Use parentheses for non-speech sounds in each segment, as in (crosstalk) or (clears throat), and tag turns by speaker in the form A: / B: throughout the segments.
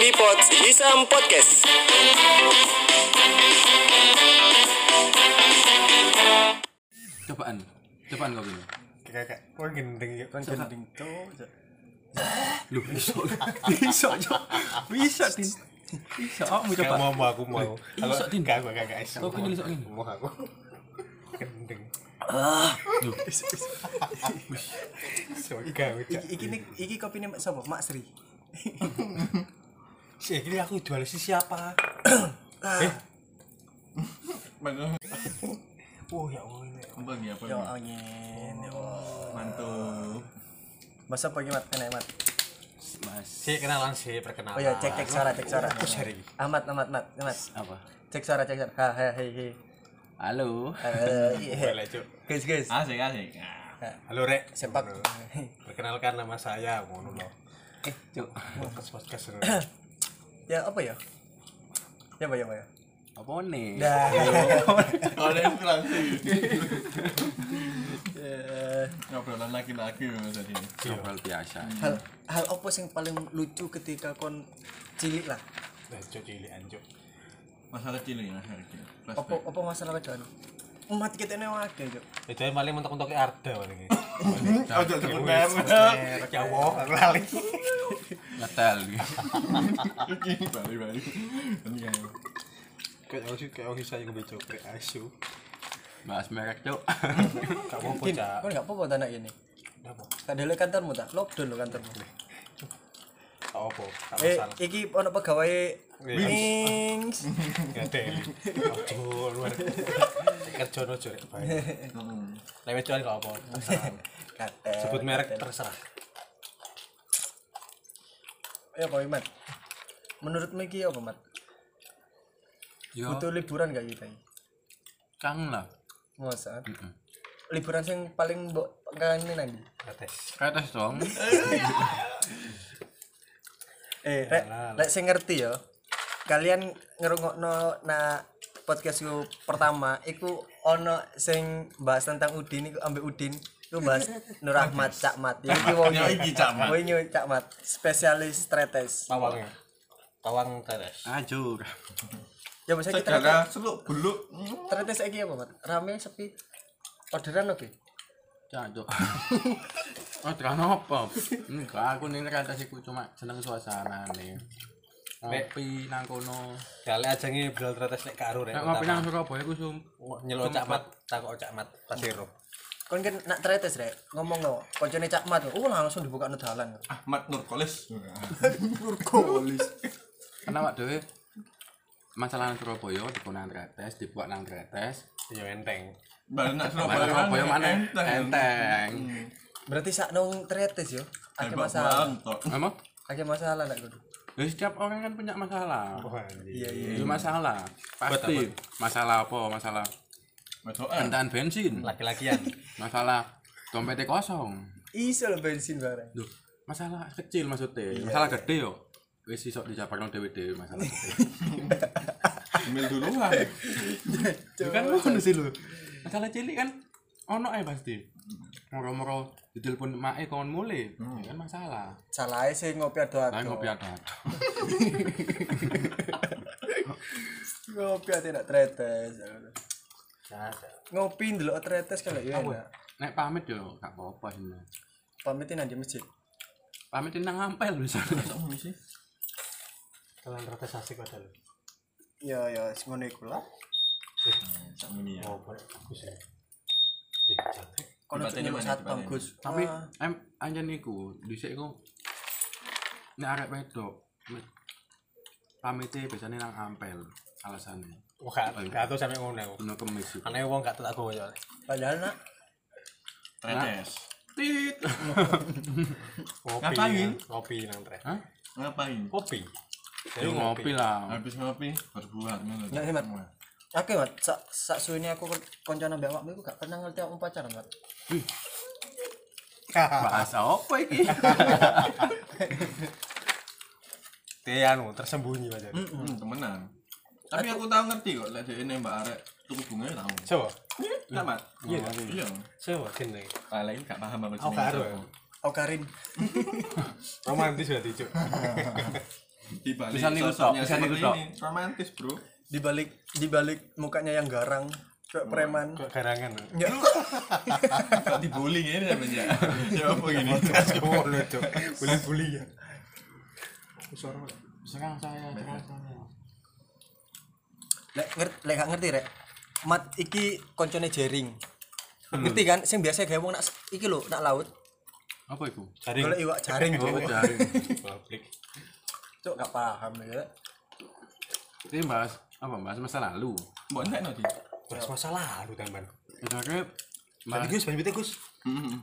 A: di Pods Hisam Podcast.
B: Cobaan. Cobaan kau gini.
C: Kakak, kok gendeng ya? Kan gendeng cowok.
B: Lu bisa. Bisa, Cok. Bisa, Din. Bisa, kamu
C: Gak
B: coba.
C: mau mau aku mau. Halo,
B: sok, Din.
C: gak gak gak gak.
B: Kau
C: Sok
B: gini, sok gini.
C: Mau aku. Gendeng.
B: Lu.
C: Sok gak ucap.
D: iki nih iki kopi nih siapa Mak Sri
C: Si ini aku jual si siapa?
E: Bang,
D: oh ya Allah ini
E: bang ya, bang.
D: ya angin ya Allah
E: Mantap.
D: masa pagi mat kena mat
B: Mas,
C: Si kenalan si perkenalan.
D: oh ya cek cek suara cek suara
C: Aku seri.
D: Ahmad Ahmad Ahmad Ahmad
B: apa?
D: cek suara cek suara ha ha hei hei
B: Halo.
D: Eh, iya.
C: Boleh, Cuk.
D: guys guys
E: Asik, asik. Ah.
C: Halo, Rek.
D: sepak
C: Ngono. Perkenalkan nama saya ngono loh.
B: Cok.
C: Podcast podcast. ngono.
D: ya apa ya ya apa ya apa ya Nah,
B: Apa nih?
D: dah
E: Ada inspirasi. Ngobrolan laki-laki mas tadi.
B: Ngobrol biasa.
D: hal hal apa yang paling lucu ketika kon cilik lah
C: Nah, Cuk cilik anjuk.
E: Masalah cilik, masalah cilik.
D: apa
E: Flashback.
D: apa masalah kan umat kita ini wakil cok
C: Ya jadi paling mentok-mentok Arda (laughs) paling.
E: Oh, jangan sebut merek.
C: (laughs) Ya Allah, aku (laughs) lali.
B: Ngetel.
E: Oke, balik, balik. Ini kan.
C: Kayak aku sih kayak aku saya ngebejo Rek asu.
B: Bahas merek, Cok.
C: Gak mau
D: Din,
C: bocah.
D: kon nggak apa-apa tak anak ini
C: Apa?
D: tak ada kantormu tak lockdown lo kantormu
C: Gak apa? Gak
D: eh
C: masalah.
D: iki ono pegawai
C: Wings. (laughs)
D: Wings
C: Ya deh. Ojo luar. (laughs) Kerja ojo rek bae. Hmm. Lewat cuan gak apa. (laughs) Terserah.
D: Katel.
C: Sebut merek terserah.
D: ya Pak Imat menurutmu iki apa Mat
B: Yo,
D: butuh liburan gak kita iki
B: kang lah.
D: masa
B: Mm-mm.
D: liburan sing paling mbok kangenin nanti
C: Kates.
B: Kreatif dong.
D: eh rek rek sing ngerti ya kalian ngerungokno na podcastku pertama iku ono sing bahas tentang Udin iku ambek Udin iku bahas Nur Ahmad Cak Mat ya iki wong
E: Ya, iki Cak Mat.
D: Wong iki Cak Mat spesialis tretes
C: Tawang. ya? Tawang Kates.
B: Ajur.
D: ya bisa kita
E: Segala seluk beluk.
D: Ternyata saya apa mat? Rame sepi. Orderan oke.
B: Cok. Oh, terang apa? Enggak, aku nih kreatif iku cuma seneng suasana nih. Ngopi nang kono.
C: Kali aja nih bel Kates nek karo rek.
B: Nek ngopi nang
C: utama.
B: Surabaya ku sum.
C: Nyelok cak mat, takok cak mat pasiro.
D: Kon kan nak tretes rek ngomong no. Koncone cak mat. Oh langsung dibuka no dalan.
E: Ahmad Nurkolis.
B: Karena wak dhewe masalah nang Surabaya dipun nang kreatif, dibuat nang kreatif.
C: Yo enteng.
E: Baru nak Surabaya.
B: Mana Surabaya mana?
E: Enteng.
B: Enteng.
D: Berarti sak nong tretes yo. Ada
E: Hebat
D: masalah.
E: mantap.
B: Apa?
D: Ada masalah nak kudu.
B: Ya, setiap orang kan punya masalah.
C: Iya.
E: Hmm.
B: Itu masalah. Pasti. Masalah apa? Masalah
E: Wedokan.
B: kendaraan bensin.
C: Laki-lakian.
B: Masalah dompetnya kosong.
D: Iso lo bensin bareng.
B: Duh, masalah kecil maksudnya. Masalah gede yo. Wis iso dijabarno dhewe-dhewe masalah
E: (laughs)
B: gede.
E: Ambil
B: (laughs)
E: duluan.
B: kan ngono sih lho. Masalah cilik kan ono ae pasti. Moro-moro ditelepon mae kon mule.
E: Hmm.
B: Kan masalah.
D: Salah sih ngopi ado
B: Lah
D: ado.
B: ngopi ada.
D: Ngopi ati nak tretes.
C: Nah,
D: Ngopi dulu tretes kalau ya enak.
B: Nek pamit yo gak apa-apa sih.
D: Pamitin nanti masjid.
B: Pamit nang ngampel bisa.
C: kalian Kates asik padahal.
D: Ya ya semuanya iku lah.
E: Ini ya.
C: Oh, bagus ya. Ih, cantik.
D: Kono
E: Dibatin
D: nyeluk
E: dimana,
D: satpam
E: dibatin?
D: Gus.
B: tapi
D: Wah,
C: Ah.
B: em anjen iku dhisik iku nek arek wedok me- pamite biasanya nang ampel alasannya
C: Wah, gak gak tau sampe ngono aku.
B: dino kemis iku.
C: Aneh wong gak tak gowo soalnya.
D: padahal nak
E: Tretes.
B: tit
C: Ngopi.
E: Ngapain?
C: Ngopi nang tren.
B: Hah?
E: Ngapain?
C: Kopi.
B: Yo ngopi lah
E: Habis ngopi berbuat. menurut.
D: Ya, hemat. Oke, Mat. Sak sak suwene aku koncone mbek awakmu iku gak pernah ngerti aku pacaran, Mat.
B: bahasa apa iki
C: Dia anu tersembunyi aja.
E: Hmm, temenan. Tapi aku tahu ngerti kok lek dhek nembak arek tuku bunga tahu.
C: Coba.
E: Enggak, Mat. Iya. Iya.
C: Coba kene.
E: Ah, lagi enggak paham
B: Oh,
E: apa
C: Aku karo.
E: jenenge.
D: Oh, Karin.
C: Romantis berarti, Cuk.
E: di balik
B: Bisa niru, Tok.
E: sosoknya
B: Bisa niru,
E: seperti
B: Tok.
E: ini. Romantis, Bro.
D: di balik di balik mukanya yang garang kayak preman
C: Kok garangan?
D: ya
E: Kok dibully ini
B: (laughs)
E: namanya. Ya apa gini?
C: Cowok lu cok. Bully-bully ya.
B: Serang saya, serang saya.
D: lek ngerti lek gak ngerti rek mat iki koncone jering ngerti kan sing biasa gawe wong nak s- iki lho nak laut
B: Apa
C: (laughs)
B: itu?
C: Jaring.
D: golek iwak jaring
B: Oh,
D: cuk
B: jaring.
C: Publik.
D: Cuk, gak paham ya
B: Ini bahas apa? Bahas masa lalu.
E: Mbok entek no di.
C: Terus masa lalu tambahan.
B: Itu akhirnya
C: Tadi
B: bahas
C: Gus, banyu putih, Gus.
E: Heeh.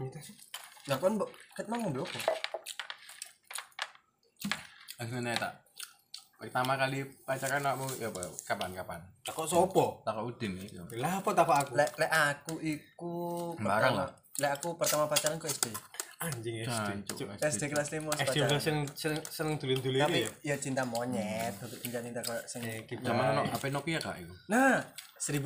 D: nah kon mbok ket mang ngombe opo
B: akhirnya tak. Pertama kali pacaran kamu ya apa? Kapan kapan?
C: Tak kok sopo?
B: Takut Udin itu.
C: Lah apa tak apa aku?
D: lek lek aku iku
B: Barang
D: pertama-
B: lah.
D: lek aku pertama pacaran ku SD
C: Anjing SD.
B: Dan cuk.
D: SD kelas 5
C: SD udah seneng seneng seneng dulin-dulin
D: tapi
C: ya.
D: ya cinta monyet untuk cinta cinta kayak sing
C: Eh, kita
B: Zaman no, apa Nokia kak itu?
D: nah 1600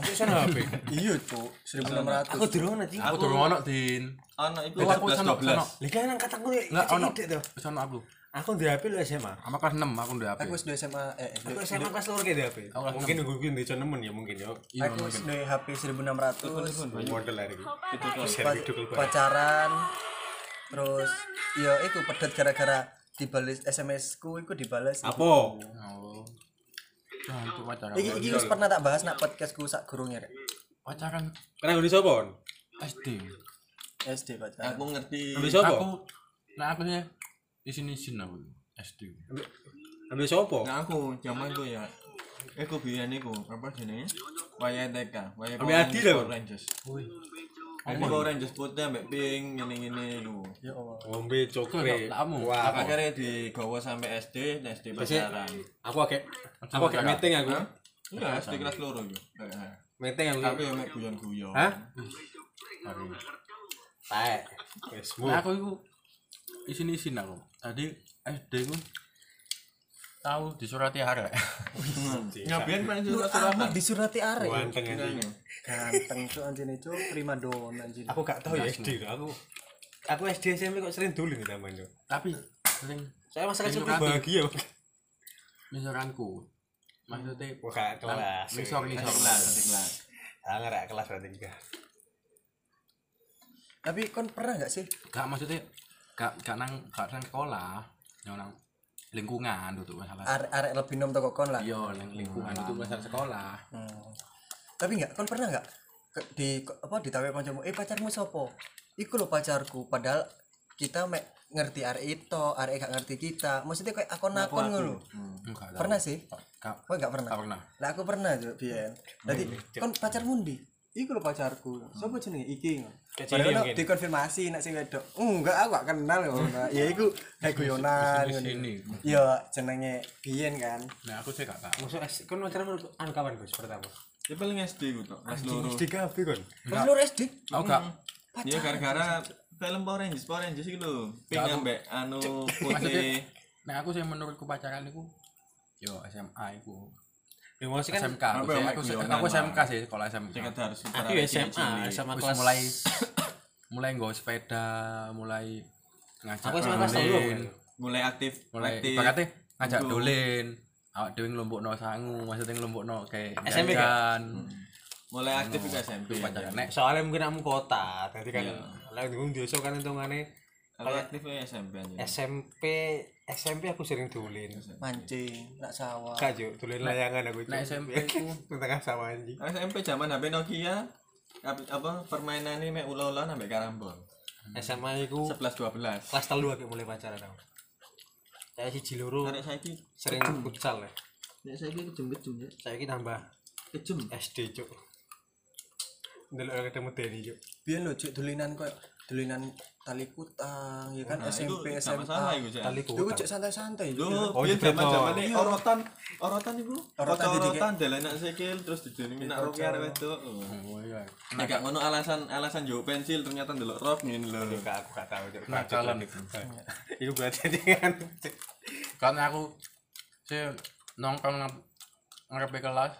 C: Untuk sana HP.
D: iya cuk 1600
C: Aku dulu nanti.
B: Aku turun ono din.
E: Ono iku
B: Beda aku sama sama.
E: 11 12.
C: Lagi kan angkat aku ya.
B: Enggak ono.
C: Cedek tuh.
B: Sama aku.
C: Aku di HP lu SMA.
B: Sama kelas 6 aku udah HP.
D: aku sudah SMA eh eh,
C: Aku
D: duwe-
C: SMA Oh, kelas lur kayak di HP.
B: Aku kelas
C: Mungkin nungguin di channel nemen ya mungkin ya.
B: Iya,
D: aku
B: mungkin.
D: sudah HP 1600
C: Model lah ini.
E: Itu
C: Share
D: pa-
C: video klip.
D: pacaran terus ya itu pedet gara-gara dibales SMS ku iku dibales
C: Apa?
B: Oh. Nah, itu pacaran.
D: iki iki wis pernah tak bahas nak podcastku sak gurunge rek
B: Pacaran
C: Karena gue disopon.
B: SD.
D: SD pacaran
E: Aku ngerti.
C: Ambil sopo?
B: Aku nah aku ya di sini sini aku SD.
C: Ambil- Ambil sopo?
E: Nah aku zaman ku ya. Iku biyen iku apa jenenge? Wayang TK, wayang
C: Ambil Adi lho.
E: Power Rangers. Aku Power Rangers putih ambek pink ngene-ngene iku.
D: ya Allah
C: Ngombe cokre.
B: Lah, kamu.
C: Wah.
E: Apa kare digawa sampai SD, nah SD
C: Pasti
E: pacaran.
C: aku agak aku agak
B: Hah?
C: meeting aku.
E: Iya, SD kelas loro iku. Heeh.
C: Meeting aku.
E: Tapi ya mek
C: Iya.
E: guyon-guyon.
C: Hah?
B: Baru.
C: Taek. Wes mu.
B: Nah, aku itu di sini sini aku. Tadi SD ku tahu disurati hari.
E: Ngapain pengen surat
D: Ahmad
E: suratan?
D: disurati arek
C: Ganteng anjing.
D: ganteng cuk anjine cuk primadona anjine
C: Aku gak tahu ya SD lho, aku. Aku SD SMP kok sering ya dulu nih namanya.
B: (laughs) Tapi sering
C: Saya masa kecil
B: Minum
C: tuh
B: roti.
C: bahagia.
B: misoranku. Maksudnya
C: Wah, gak kelas.
B: misor misor
E: Kelas, kelas.
C: Ah, gak kelas berarti enggak.
D: tapi kon pernah gak sih
B: Gak maksudnya gak gak nang gak nang sekolah, ya nang lingkungan itu masalah.
D: arek arek lebih nom toko kon lah
B: Iya, nang lingkungan itu masalah sekolah.
D: Hmm. tapi nggak kon pernah nggak ke- di ko- apa ditawe kancamu eh pacarmu sopo iku lo pacarku padahal kita mek ngerti arek itu arek gak ngerti kita maksudnya kayak akon akon ngono lho.
B: Enggak tahu.
D: pernah sih
B: Gak
D: Kowe gak pernah?
B: gak Hmm, pernah.
D: Lah aku pernah tuh, Bian.
E: Hmm.
D: Jadi kon pacarmu ndi? Iku lho pacarku. Sopo jenenge iki?
C: Kayak
D: Padahal
C: cilik
D: nak
C: mungkin.
D: dikonfirmasi nek sing wedok. Hmm, Enggak, aku gak kenal ya. Nah, ya iku guyonan
B: Di
D: ngono.
B: sini.
D: Ya jenenge Bian kan.
B: Nah, aku sih gak tahu.
C: Masuk SD kan pacaran menurut anu kawan Gus pertama.
E: Ya paling SD ku tok, kelas loro.
C: Di kafe kan.
E: Hmm.
D: Pas lu SD
B: Aku gak
E: Ya gara-gara film Power Rangers, Power Rangers iki lho. Pink ambek anu putih.
B: Nah aku sih menurutku pacaran itu yo SMA iku.
C: Ya masih kan
B: SMK. Aku,
E: apa
B: sih-
E: ya,
B: aku,
E: Mike
B: aku,
E: Guyonan,
B: SMK sih sekolah SMK.
E: Sing ada harus
C: aku ya SMA
E: sama
B: Iya,
C: sama
B: Wis
C: kelas
B: mulai mulai nggak sepeda, mulai ngajak
C: Aku SMA kelas telu aku.
B: dolen,
E: mulai aktif,
B: mulai
E: aktif.
B: ibaratnya ngajak
E: Go.
B: dolen. Awak dhewe nglompokno sangu, maksudnya nglompokno kayak
C: SMP kan?
B: jajan.
E: Mulai aktif iku SMP.
B: Itu pacaran nek
C: Eh, soalnya mungkin kamu kota tadi kan lagi ngomong desa kan hitungannya
E: Aku aktif ya SMP anjing.
C: SMP SMP aku sering dulin
D: mancing, nak sawah.
C: Kak Jo, dulin layangan aku
B: nek
C: (laughs)
B: SMP ku
C: Di tengah sawah anjing
E: SMP zaman HP Nokia ap- apa permainan ini mek ulah-ulah ambek karambol.
C: SMA aku
E: 11 12.
C: kelas telu aku mulai pacaran aku saya si Jiluru
E: Nek saiki,
C: sering futsal ya
E: nek saiki kejem-kejem ya.
C: saya ini tambah
E: Kejem.
C: SD Cuk Ndelok orang ketemu Denny Cuk
D: Bian lho cuk dulinan koyo dulinan tali kutang ya kan
E: Nah, iku
D: SMP
E: gak
D: SMA.
E: masalah iku, Cak.
C: Tali
D: Iku
C: kota
D: cuk santai-santai.
E: Lu
C: Oh,
E: oh, iya
C: iya,
E: zaman
C: Bro.
E: zaman ini orotan, orotan ibu,
D: Orotan
E: orotan
D: dididik.
E: orotan dalan nak sikil terus dijenengi nak roki arek wedok. Oh.
B: oh iya.
E: Nek gak ngono alasan alasan jauh pensil ternyata ndelok rok ngene lho.
C: Enggak, aku gak tau Cuk
B: Nah, calon itu.
C: Itu berarti (laughs) dengan
B: karena aku sih nongkrong nang ngarepe kelas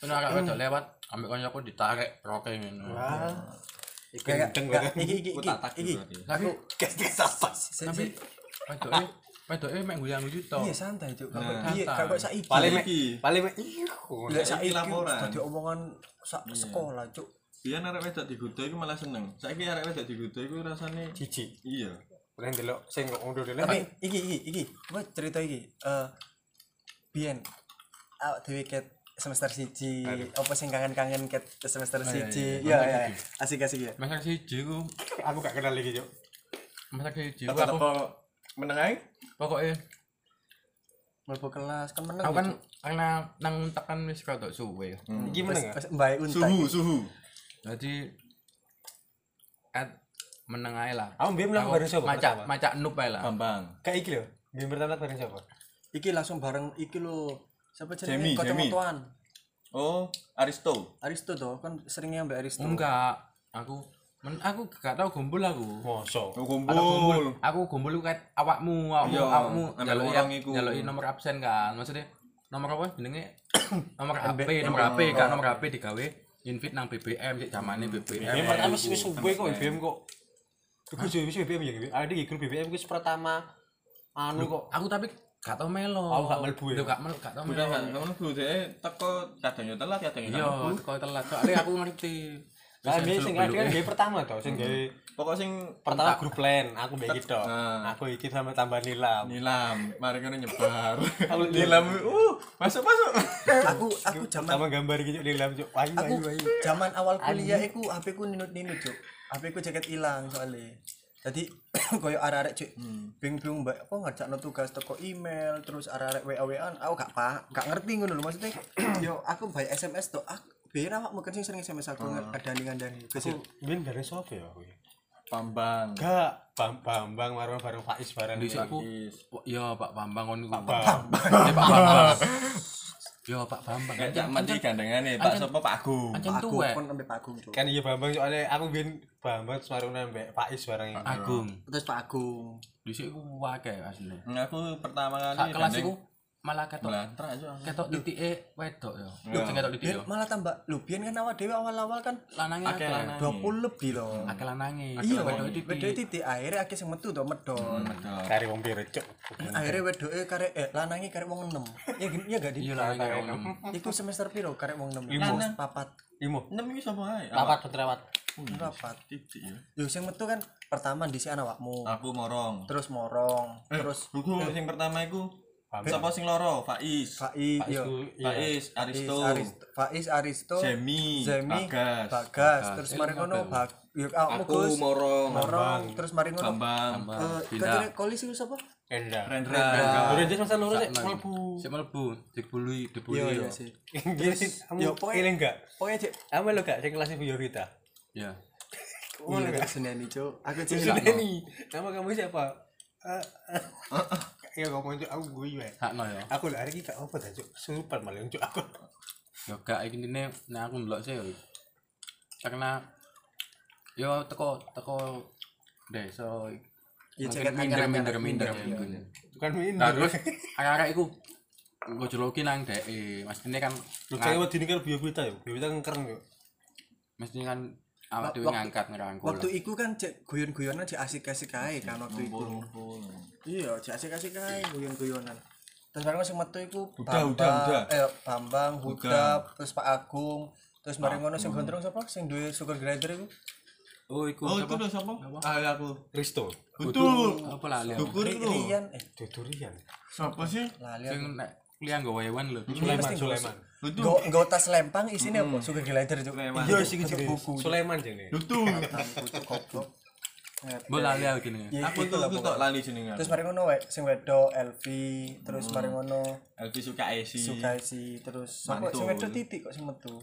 B: terus agak wedok lewat ambil konyoku ditarik roke ngono
C: Wah Iku
D: Kayak (laughs)
C: gendeng
D: kayak
C: kan
D: iki iki iki.
E: Kutak
D: Iki
E: berarti.
B: tapi
C: Kayak sapas
D: tapi
B: wedoke Wedoke mek guyu-guyu to.
D: Iya santai cuk. Kak,
E: Nah.
D: kok- Iya kak, kok saiki.
C: paling mek
E: Saiki.
C: paling mek ih, ngono.
D: Lek saiki
E: saiki laporan.
D: Tadi omongan sak sekolah cuk.
E: Dia arek wedok digoda iku malah seneng. Saiki arek wedok digoda iku rasane
C: jijik
E: iya.
C: Lain delok sing kok ngono delok
D: Tapi Eh, iki iki iki apa cerita iki? Eh Bien awak dhewe ket semester siji apa sing kangen-kangen ket semester siji
B: iya,
D: ya
B: iya.
D: ya asik asik ya
B: Masak siji ku,
C: aku gak kenal lagi cuk
B: masak siji. ku, aku-
E: Apa-apa menengahi?
B: Pokoknya
D: mlebu kelas kan meneng
B: aku kan karena nang tekan wis rada suwe.
C: iki meneng gak?
D: mbae unta
E: Suhu, suhu.
B: Jadi at meneng ae lah.
C: Aku mbien menang bareng sapa?
B: Macak
C: pertama?
B: macak noob ae lah.
E: Oh, Bambang.
C: Kayak iki lho. Mbien pertama bareng sapa?
D: iki langsung bareng iki lho siapa jenenge
E: Jamie, Jamie.
D: kocok-kocokan
E: Oh, Aristo.
D: Aristo toh kan seringnya mbak Aristo
B: Enggak, aku men, aku gak tau gombol aku.
C: Moso.
E: Oh,
B: Aku gombol,
E: kumpul.
B: aku gombol ku kayak awakmu, awakmu,
E: Iya,
B: awakmu
E: ambil
B: njaluk
E: orang
B: ya-
E: iku.
B: njaluki nomor absen kan. Maksudnya nomor apa jenenge? nomor HP, nomor
D: ember.
B: HP kan, nomor HP digawe invite nang BBM sik zamane BBM.
C: BBM pertama sih wis suwe kok BBM kok. Aku sih wis BBM ya. BBM. Ada di grup BBM wis pertama anu kok.
B: Aku tapi gak tau melo.
C: Aku gak mlebu ya?
B: Loh, gak mel- gak tau
E: Udah
B: melo.
E: kan, kamu nunggu deh, teko kadang yo telat, ya, kadang yo
B: Iya,
E: nggak mlebu.
B: kau telat. Soalnya aku ngerti.
C: Lah dia sing ada kan
B: Beluk-beluk.
C: dia pertama toh sing gawe
E: Pokok sing
C: pertama grup lain aku mbek iki toh.
E: Nah.
C: Aku iki sama tambah nilam.
E: nilam, mari kono nyebar. (laughs) Nilam, uh, masuk masuk.
D: aku aku zaman
C: Sama gambar iki Cuk, nilam cuk. iya, Ayu
D: aku
C: ayu ayu.
D: zaman awal kuliah iku HP ku ninut-ninut cuk HP ku jaket ilang soalnya jadi (clears throat) koyo arek-arek cuk bingung-bingung mbak kok ngerjakno tugas teko email terus arek-arek WA WA aku gak pa gak ngerti ngono lho maksudnya (clears throat) yo aku baik SMS tuh aku biar "Ah, awak mungkin sing sering SMS aku gitu ngadani dani
C: Aku mbien bareng sapa ya aku?
E: Bambang.
C: Gak Bam- Bambang bareng bareng Faiz bareng.
B: Di aku, ya Pak Bambang kon Pak
C: Bambang.
B: Pak Bambang. Ya Pak Bambang.
E: Kayak cak mati gandengane, Pak Sopo Pak Agung.
B: Ancen
D: aku
B: tuwek.
D: kon ambek Pak Agung cuk
C: Kan iya Bambang soalnya aku mbien Bambang semarungnya mbek Faiz bareng. iki.
B: Agung.
D: terus Pak Agung
B: Dhisik ku akeh asline.
E: Hmm, Aku pertama
B: Sak
E: kali
B: kelas
E: gandeng-
B: iku malah ketok
E: Melantrak aja aku.
B: ketok titike wedok ya.
E: Iya.
B: Sing ketok titik
D: Biar
B: ya.
D: malah tambah lu biyen kan awak dhewe awal-awal kan
B: Lanange akeh
E: Akeh.
B: lanange.
D: 20 lebih loh
B: Akeh lanange.
D: iya
B: wedok
D: wedoke
B: titik.
D: titik akhirnya akeh sing metu to medon
E: Medok.
C: Kari wong piro cuk.
D: akhirnya wedoke karek eh lanange karek wong 6 ya gini ya gak di
B: Iya lanange karo enam.
D: iku semester piro karek wong 6
C: Limo.
D: papat
C: Imo.
E: Enam iki sapa ae?
C: Lapat petrawat.
D: papat
E: Titik ya.
D: yo sing metu kan pertama di sana awakmu
E: Aku morong.
D: terus morong
E: Eh.
D: terus
E: Buku sing pertama iku
C: Bambang.
E: Sopo sing loro? Faiz.
D: Faiz yo
C: Aku iya.
E: Faiz, Aristo,
D: Aristo Faiz Aristo
E: Jemi,
D: Zemi
E: Bagas,
D: Bagas terus mari kono Bag yo ah,
E: Aku Morong,
D: morong terus mari ngono
E: Bambang,
D: eh
B: Bina.
D: kira koalisi itu siapa?
C: Endang.
E: Rendra.
C: Durun jas masa lurus cek mlebu.
B: Sik mlebu, dibului, dibului.
D: Iya
B: ya.
D: iya sih.
C: Inggris.
D: ya,
C: Kamu
D: pokoknya-
C: eling gak?
D: Pokoknya cek
C: Kamu lo gak sing kelas Ibu Yorita?
B: Ya.
D: iya cek seneni cuk. Aku cek
C: Sudeni. Nama kamu siapa? Eh, eh. (laughs) Ya ngomong cuk aku guyu ya.
B: Sakno ya.
C: Aku lari iki gak apa dah cuk. Super malah cuk aku.
B: yo gak iki intine nek aku ndelok sih yo karena yo teko teko desa
D: Iya,
B: mungkin
D: jaket
B: minder
D: angker-angker.
B: minder minder
D: Minder,
B: mungkin.
C: Bukan minder.
B: nah terus arek-arek iku gue juluki nang dek mestinya kan
C: lu cek wedi ini kan Bu Yorita yo. Bu Yorita kan keren yo.
B: mestinya kan awak
D: Wak-
B: dhewe
D: waktu-
B: ngangkat ngerangkul
D: Waktu iku kan cek guyon-guyonan cek asik-asik ae kan waktu iku. Iya, cek asik-asik ae guyon-guyonan. Terus bareng sing metu iku
E: Huda,
D: Bambang,
E: Huda, Huda.
D: eh Bambang, Huda, terus Pak Agung, terus bareng ngono sing gondrong sapa? Sing duwe sugar glider iku.
B: oh iku
E: Oh, itu
B: siapa?
E: lho sapa? Ah, aku.
C: Risto.
E: Betul. Iya,
B: apa lah lihat
E: Dukur
D: Ri-
E: itu.
D: Rian eh
C: Dudurian.
E: Sapa sih?
D: lali
B: sing
D: aku.
B: nek kuliah nggo hewan lho
C: Sulaiman Sulaiman.
E: Itu.
D: Nggo nggo tas lempang isine apa? Sugar glider juk.
E: Sulaiman.
D: Iya sing juk buku.
C: Sulaiman jenenge.
E: Itu.
D: Aku cuk goblok. Ngerti.
B: mbok lali aku gini
D: Ya,
E: Aku itu
D: itulah
E: aku
D: pokoknya.
E: tok lali jenenge.
D: Terus bareng ngono wek sing wedok Elvi, terus bareng ngono
E: Elvi suka Esi.
D: suka isi terus sopo
E: Mantul.
D: Iya. sing wedok titik kok sing metu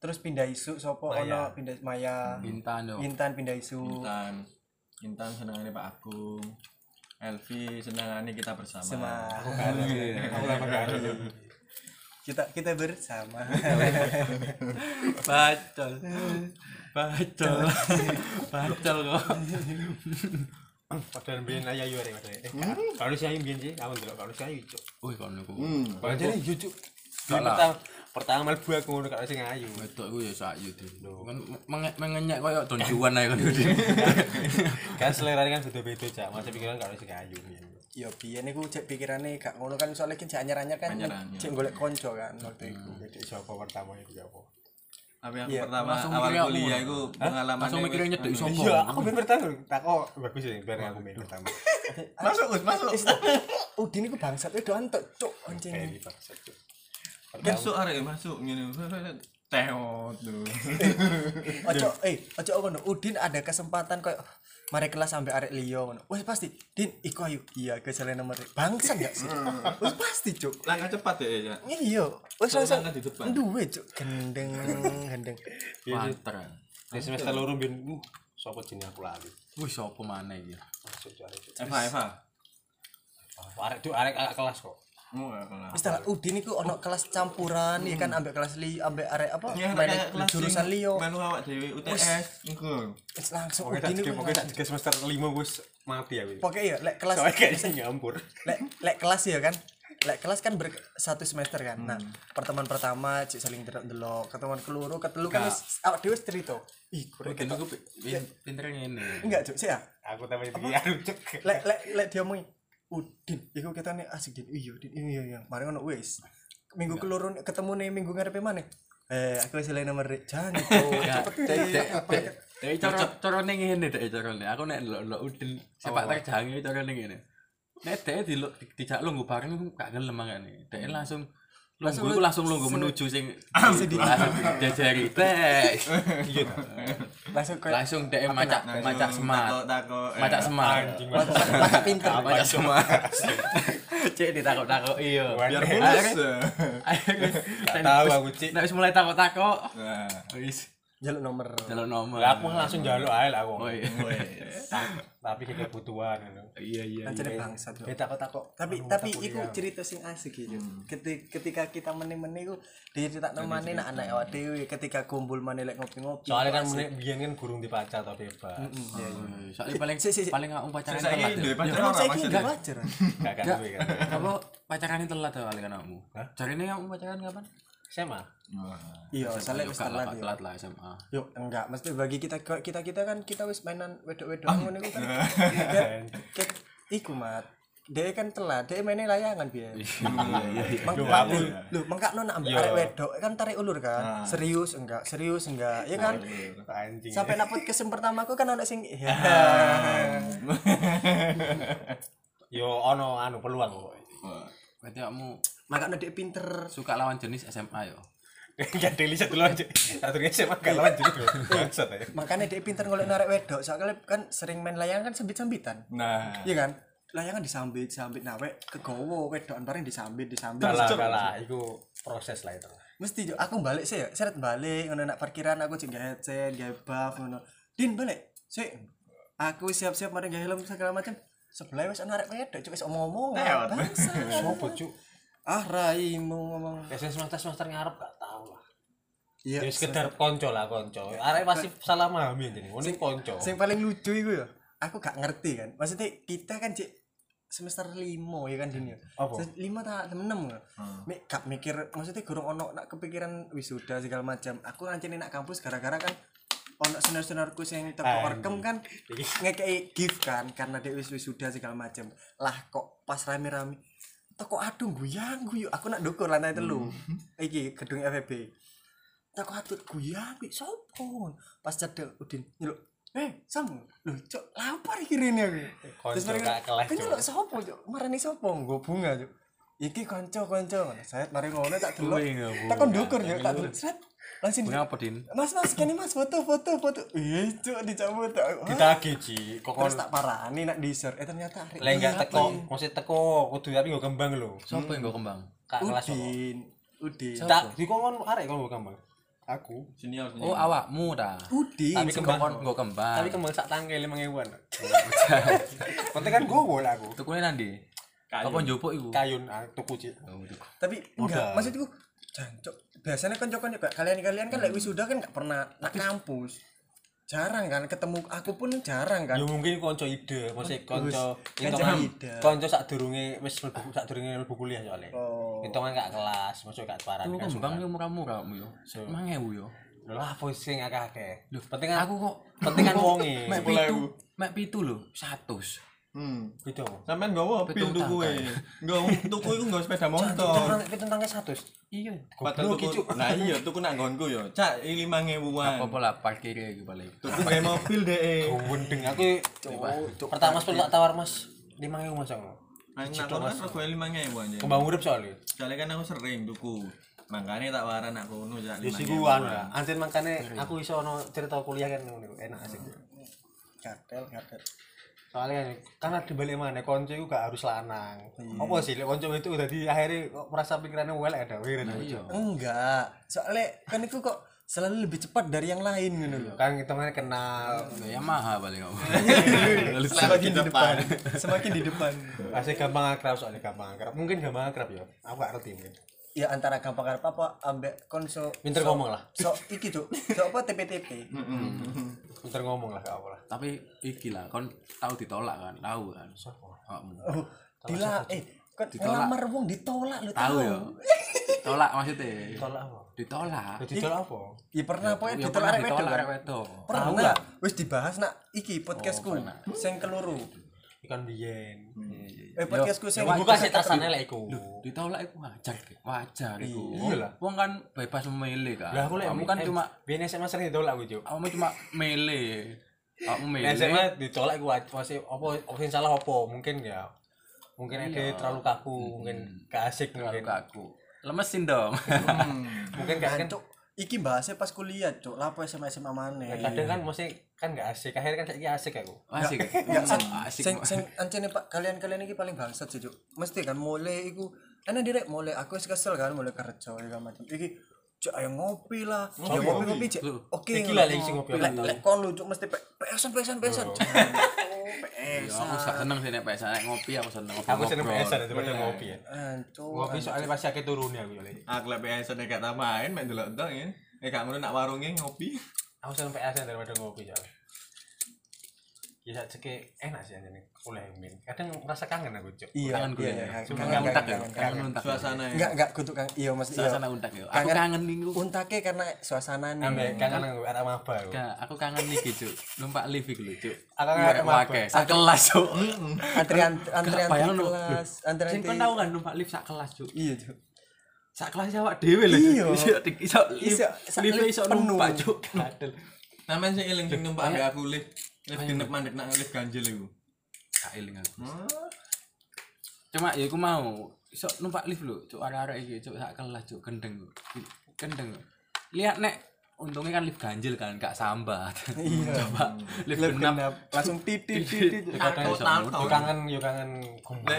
D: terus pindah isu sopo ono pindah Maya
B: Intan yo
D: Intan pindah isu
E: Intan. kan. Intan senengane Pak Agung. Elvi senengane kita bersama.
D: sama
C: Aku lama gak ada. Cuk.
D: Iya. kita kita
C: (laughs)
D: bersama
E: (laughs)
B: bacol bacol bacol kok
C: Padahal mbien ayah yo arek padahal. Eh, kalau si ayu mbien sih, aku ndelok kalau si ayu cuk.
B: wih kon niku
D: Hmm.
C: Padahal yo cuk.
B: Gak lah.
C: Pertama pertama mlebu aku ngono kalau sing ayu.
B: wedok iku ya sak yudi kan menge- mengenyek koyo
D: (laughs)
B: Don Juan ae kon yudi
C: kan selera kan beda beda cak masa pikiran kalau si kayu
D: ya biyen iku cek pikirane gak ngono kan soalnya kan cek anyar-anyar kan
E: Anyar-anyar.
D: cek golek konco kan waktu iku. Jadi
C: siapa pertama itu siapa
E: Tapi yang
D: Iya,
E: pertama
B: langsung
E: awal
B: mikirnya
E: kuliah
B: aku.
E: itu pengalaman
B: Langsung mikirnya
E: anu.
B: nyedek iso. Sombong.
C: iya aku main pertama tak oh bagus ya biar aku main pertama
E: Masuk, Gus, masuk.
D: (laughs) Udin iku bangsat itu antuk cuk
C: kayak
D: anjing.
C: di bangsa itu
E: Masuk arek masuk ngene. Teot tuh.
D: Ojo eh ojo ngono Udin ada kesempatan koyo mari kelas sampai arek liya ngono. Wes pasti Din iku ayo iya ke jalan nomor e. bangsat gak sih?
C: Hmm.
D: Wes pasti cuk.
E: Langkah cepat ya, ya.
D: Iya, wes langsung
E: Soalnya kan di depan.
D: duwe cuk gendeng gendeng.
B: Panter.
C: di semester loro biar uh siapa jenis aku lali
B: Wih, sopo mana iki?
C: masuk cari
E: Eva, Eva.
C: Ah, arek tuh arek kakak kelas kok
E: Oh, ya, kelas.
D: Wis tak Udin iku ono kelas campuran
C: Hmm.
D: ya kan ambek kelas li ambek arek apa?
E: Ya,
D: main
E: kayak kelas
D: jurusan
E: sing
D: liya.
E: Melu awak dhewe UTS engko.
D: Wis langsung
C: Pokoknya tak
D: Udin
C: jadi
D: iku
C: pokoknya
D: nang-
C: tak jadi semester lima gue mati ya gue.
D: Pokoknya ya lek kelas
C: Soalnya kayaknya nyampur.
D: lek lek kelas ya kan. Lek kelas kan ber satu semester kan. Nah, pertemuan pertama cik saling delok-delok, pertemuan keluru, ketelu kan wis awak dhewe wis cerita. Ih, kurang
B: Udin
D: ketok.
B: iku pi- pin- pinter ngene.
D: Enggak, Cuk, sik ya.
C: Aku tambah jadi aduh cek.
D: Lek lek lek dia mau Udin, iku kita nih asik Din. Iya, Din. Iya, iya. Mari ngono wis. Minggu keluru nih, ketemu nih minggu ngarepe maneh. Nah. Eh, aku wis nomor rek. Jangan, (laughs) Cuk.
B: Ya,
D: Cepet,
B: dek,
D: Din.
B: dek, dek. Dek, cara carane ngene dek carane. Aku nek ndelok-ndelok Udin
D: Oh.
B: sepak terjang iki carane ngene. Nek dek dilok di- dijak lungguh bareng aku gak gelem mangane. Dek
D: Hmm.
B: langsung lungguh iku langsung lungguh menuju
D: (clears throat)
B: sing langsung
D: (laughs)
B: jejeri tek.
D: Langsung koyo
B: Langsung dek macak macak semat.
E: Takok. eh.
B: Macak semat.
D: macak pinter.
B: Apa ya (laughs) semua? Cek ditakut-takut iya.
E: Biar
C: Biar
E: mulus.
B: Akhirnya-
C: tahu aku, Cik.
B: Nek wis mulai takut-takut,
E: Nah.
B: wis
D: Jaluk nomor.
B: jalan nomor.
C: aku langsung jaluk aja lah aku.
B: Oh iya.
C: Tapi kayak kebutuhan gitu.
B: Iya iya.
D: Nah,
B: iya.
D: jadi bangsa Cuk.
C: Dia takut-takut. Aduh,
D: tapi tapi
C: takut
D: iku
C: dia.
D: cerita sing asik gitu Keti- ketika kita meni-meni iku dicerita nemane nak anak awak dhewe ketika kumpul maneh lek ngopi-ngopi
C: Soalnya kan mene biyen kan gurung dipacar tapi bebas.
B: Hmm, Soalnya paling
D: Si, si, si.
B: paling aku pacaran
E: Saiki
B: telat.
E: dhewe
B: ya.
E: pacar
D: Emang
E: ora
D: saiki enggak
E: maksudnya.
D: wajar
C: Enggak kan
B: Enggak.
C: duwe kan.
B: Apa pacarannya telat ya paling anakmu? Cari ini kamu pacaran kapan?
C: SMA.
E: Wah.
D: (laughs) iya soalnya
B: Yo,
D: wis
B: gak lah,
D: telat
B: gak
D: yo
B: telat lah SMA.
D: yo enggak mesti bagi kita kita kita kan kita wis mainan wedok-wedok ngono iku kan Ya, ket- iku mat dia kan telat dia mainnya layangan biar mengkak lu lu mengkak nona ambil arek wedok kan tarik ulur kan serius enggak serius enggak ya kan
C: Anjing.
D: sampai napot kesem pertama aku kan ada sing ya.
C: Yo ono anu peluang kok. (laughs)
E: Wah.
B: Berarti kamu
D: makanya dia pinter
B: suka lawan jenis SMA yo.
C: Enggak daily satu lawan. Satu SMA enggak lawan jadi. Bangsat ya.
D: makanya dia pinter ngolek narek wedok soalnya kan sering main layangan kan sembit-sembitan
E: Nah.
D: iya kan layangan disambit sambit nawe kegowo wedokan bareng disambit disambit
C: Kalah
D: Cuk.
C: kalah iku proses lah itu.
D: mesti Cuk. aku balik sih ya seret balik ngono nak parkiran aku cek gawe headset gawe buff ngono din balik sih aku siap-siap mari gawe helm segala macam sebelah wis ana arek wedok cuk wis omong-omong
E: Teot.
C: Sopo cuk?
D: ah raimu ngomong
C: Biasanya semester-semester ngarep gak tau lah.
D: iya
C: Ya sekedar konco lah konco. Arek pasti salah paham ya jenenge. Ini konco.
D: sing paling lucu iku ya aku gak ngerti kan maksudnya kita kan cek semester limo ya kan dunia
C: Apa? Hmm.
D: lima tak enam ya Mik, gak mikir maksudnya gurung ono nak kepikiran wisuda segala macam aku rancane nak kampus gara-gara kan ono senior seniorku yang teko
C: Anjing.
D: orkem kan ngekei gift kan karena dia wis wisuda segala macam lah kok pas rame-rame teko aduh guyang guyu aku nak dukur lantai telu
C: Mhm.
D: iki gedung FEB tak atut guyang iki sopo pas cedek Udin nyeluk eh sam lho cok lapar iki rene aku
C: Eh, konco
D: mereka,
C: gak kelas,
D: "Kan
C: Cok."
D: nyeluk sopo cok marani sopo nggo bunga cok iki kanca kanca saya mari ngono tak delok
B: Wih, nggo
D: tak kondukur cok tak delok sret langsung di-
B: Punya apa din?
D: Mas mas kene mas foto foto foto. Iya cok dicabut. Aku, "Hah?"
C: ditagih ci kok kon
D: Terus tak parani nak di share. Eh ternyata arek
C: lek gak
D: iki
C: teko
D: apa
C: mesti teko kudu tapi yo kembang lho
B: Sopo yang gak kembang?
C: kak
D: ya?
C: kelas kok
D: Udin. Udin.
C: tak di kok kon arek kon gak kembang aku
E: Junior.
D: ah.
E: junior.
B: Oh awakmu ta.
D: Udin.
B: Tapi kembang gak
D: Ah.
B: kembang.
C: tapi kembang sak tangke
D: (laughs)
C: 5000an penting kan gowo lah aku
B: Tukunya nanti. Apa njupuk iku?
C: kayun ah, tuku ci
B: Oh, tuku.
D: Tapi enggak maksudku jancok. Biasanya kan kanca-kanca kayak kalian-kalian kan
B: Hmm.
D: lek wisuda kan gak pernah nak kampus. Jarang kan ketemu aku pun jarang kan.
C: Ya mungkin konco ide, mesti konco
D: Wis, kanca
C: hitungan
D: ide.
C: konco sak durunge wis mlebu sak durunge mlebu kuliah soalnya.
D: Oh.
C: Hitungan gak kelas, mesti gak parani
B: Tuku
C: kan.
B: kembang yo murah-murah mu yo. 5000 yo.
C: Lho lah apa sing akeh-akeh.
B: Loh,
C: penting kan
B: Aku kok
C: penting kan wonge.
B: Mek pitu, mek pitu lho, 100.
E: Hmm.
C: Beda apa?
E: Sampean gowo pil tuku e. Nggo tuku iku nggo sepeda motor.
D: Tapi tentangnya satu.
B: Iya.
E: Padahal tuku.
D: (laughs)
E: Nah iya tuku nak nggonku yo. Cak i 5000-an.
B: Apa lah parkirnya gitu paling.
E: Tuku kayak mobil deh.
C: Wendeng aku pertama mas tak tawar mas lima ribu mas aku.
E: Nang nak kan rego 5000 anjir.
C: Kembang urip soalnya.
E: Soalnya kan aku sering tuku. Makanya tak waran aku ngono cak
C: Di
E: 5000.
C: siku anu lah. Anjir makanya aku iso ono cerita kuliah kan ngono enak asik.
D: Kartel, kartel.
C: Soalnya kan kan di balik mana konco iku gak harus lanang.
B: Hmm.
C: Apa sih lek konco itu dadi akhirnya kok merasa pikirannya welek ada wirid.
B: Iya.
D: Enggak. Soalnya kan itu kok selalu lebih cepat dari yang lain gitu
B: (laughs)
D: loh.
C: Kan kita mana kenal
B: Ya maha paling kamu.
D: Semakin di depan. Semakin di depan.
C: Asli gampang akrab soalnya gampang akrab. Mungkin gampang akrab ya. Aku gak ngerti mungkin.
D: Ya antara gampang apa apa ambek konso.
C: Pinter
D: sok-
C: ngomong lah.
D: Sok iki cuk. Sok apa TPTP.
B: Hmm.
C: Pinter ngomong lah gak apa lah.
B: Tapi iki lah kon tahu ditolak kan, tahu kan. Awakmu.
D: Oh, dila eh kan
B: Ditolak.
D: ngelamar wong ditolak lo
B: Tahu ya. Tolak maksudnya.
C: Tolak apa?
B: Ditolak.
C: Jadi tolak apa?
D: Ya pernah pokoknya
B: Ya
D: ditolak
B: pernah
D: arek wedok.
B: ditolak
D: kan?
B: arek wedok.
D: Pernah. Wis dibahas nak iki podcastku sing keluru.
C: Ikan biyen.
B: Hmm.
D: Eh podcastku sing
C: Buka sih tasane lek iku.
B: Ditolak itu wajar, Ki. wajar itu.
C: Iya lah.
B: Wong kan bebas memilih kan.
C: Lah aku lek eh,
B: kamu kan cuma
C: biyen SMA sering ditolak aku, Cuk.
B: kamu cuma milih. Kamu
C: Nek
B: milih.
C: SMA ditolak aku waj- masih apa apa yang salah apa mungkin ya. Mungkin
B: Iya.
C: ada terlalu kaku, mungkin
B: Hmm.
C: gak asik
B: Kalau
C: mungkin.
B: ke aku. Lemesin dong.
C: Mungkin gak kan
D: Cuk, iki bahasnya pas kuliah, Cuk. Lapo SMA SMA maneh.
C: kadang kan mesti kan gak asik. Akhirnya kan saiki asik aku.
B: Asik.
D: Enggak sing
B: Asik.
D: sing sing ancene Pak kalian-kalian iki paling bangsat sih, Cuk. Mesti kan mulai iku ana direk mulai aku wis kesel kan mulai kerja ya macam iki Cuk ayo ngopi lah. Ya ngopi ngopi Cuk. Oke.
C: Iki lah lek sing ngopi.
D: Lek lek kon lu Cuk mesti pe- pesan pesan pesan. Cuk.
B: Ya, aku sak seneng sih nek pesan nek ngopi aku seneng ngopi.
C: Aku seneng
B: ngobrol.
C: PS daripada ngopi ya.
D: Ah, Cuk.
C: Ngopi soalnya pasti akhirnya turunnya aku ya.
E: Aku lek PS nek gak tambahin mek delok entok ya. Nek gak ngono nak warunge ngopi.
C: aku seneng PS -an daripada ngopi ya ya sak cekek enak sih anjani kuliah min kadang merasa kangen aku cok
D: (laughs) Iya,
B: Kangen gue
D: iya,
B: ya.
D: iya,
B: Cuma
D: kangen,
B: kangen untak ya.
D: kangen,
B: Kangen untak.
E: Suasana
D: Enggak enggak kutuk kan. Iya mesti iya.
B: Suasana untak ya. Aku kangen minggu.
D: Untake karena suasanane.
C: ambek kangen aku arah maba aku
B: Enggak, aku kangen nih gitu. Numpak lift iki lho, Cuk.
C: Aku kangen
B: Arek
C: sama
B: wake, sak kelas, Cuk.
D: Antrian antrian
B: Bayang
D: antrian
B: lho.
D: kelas, antrian.
B: Sing kon tau kan numpak lift sak kelas, Cuk.
D: Iya, Cuk.
B: Sak kelas awak dhewe lho,
D: Iya.
B: Cuk. Iso di- iso lift,
D: Iso- sak
B: lift
D: lift
B: iso
D: penuh.
B: numpak, Cuk. Kadel.
E: Sampeyan sing eling sing numpak ambek aku lift. Lift genep mandek nak lift ganjil iku.
B: Gak eling aku. Cuma ya aku mau iso numpak lift lho, Cuk. Arek-arek iki, Cuk, sak kelas, Cuk. Kendeng. Cuk. Kendeng. Lihat nek untungnya kan lift ganjil kan, gak (laughs) sambat. Iya. Coba lift genap. (laughs)
D: Kenapa? Langsung titit titit.
B: Titit.
E: Aku
B: iso
E: tahu.
C: yo kangen yo kangen kumpul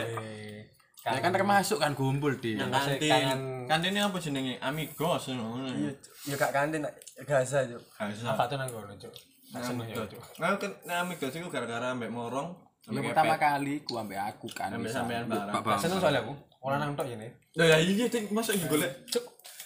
B: Ya kan termasuk kan gumpul di.
E: Yang
C: Masih
E: kantin.
C: kangen-
E: Kantinnya apa jenenge? Amigos ngono.
D: Iya, Cuk. Ya gak kantin Gaza, Cuk.
E: Gak
C: apa tuh nang kono cok Tak seneng yo cok
E: Nah, kan nah, Amigos itu gara-gara ambek Morong,
B: Yang
E: ambek
B: pertama kali ku ambek aku kan.
E: Ambek
B: bisa.
E: sampean barang.
B: Pak Bang.
C: seneng soalnya aku orang nang tok ini
E: Lah ya iya Cik. masa iki golek.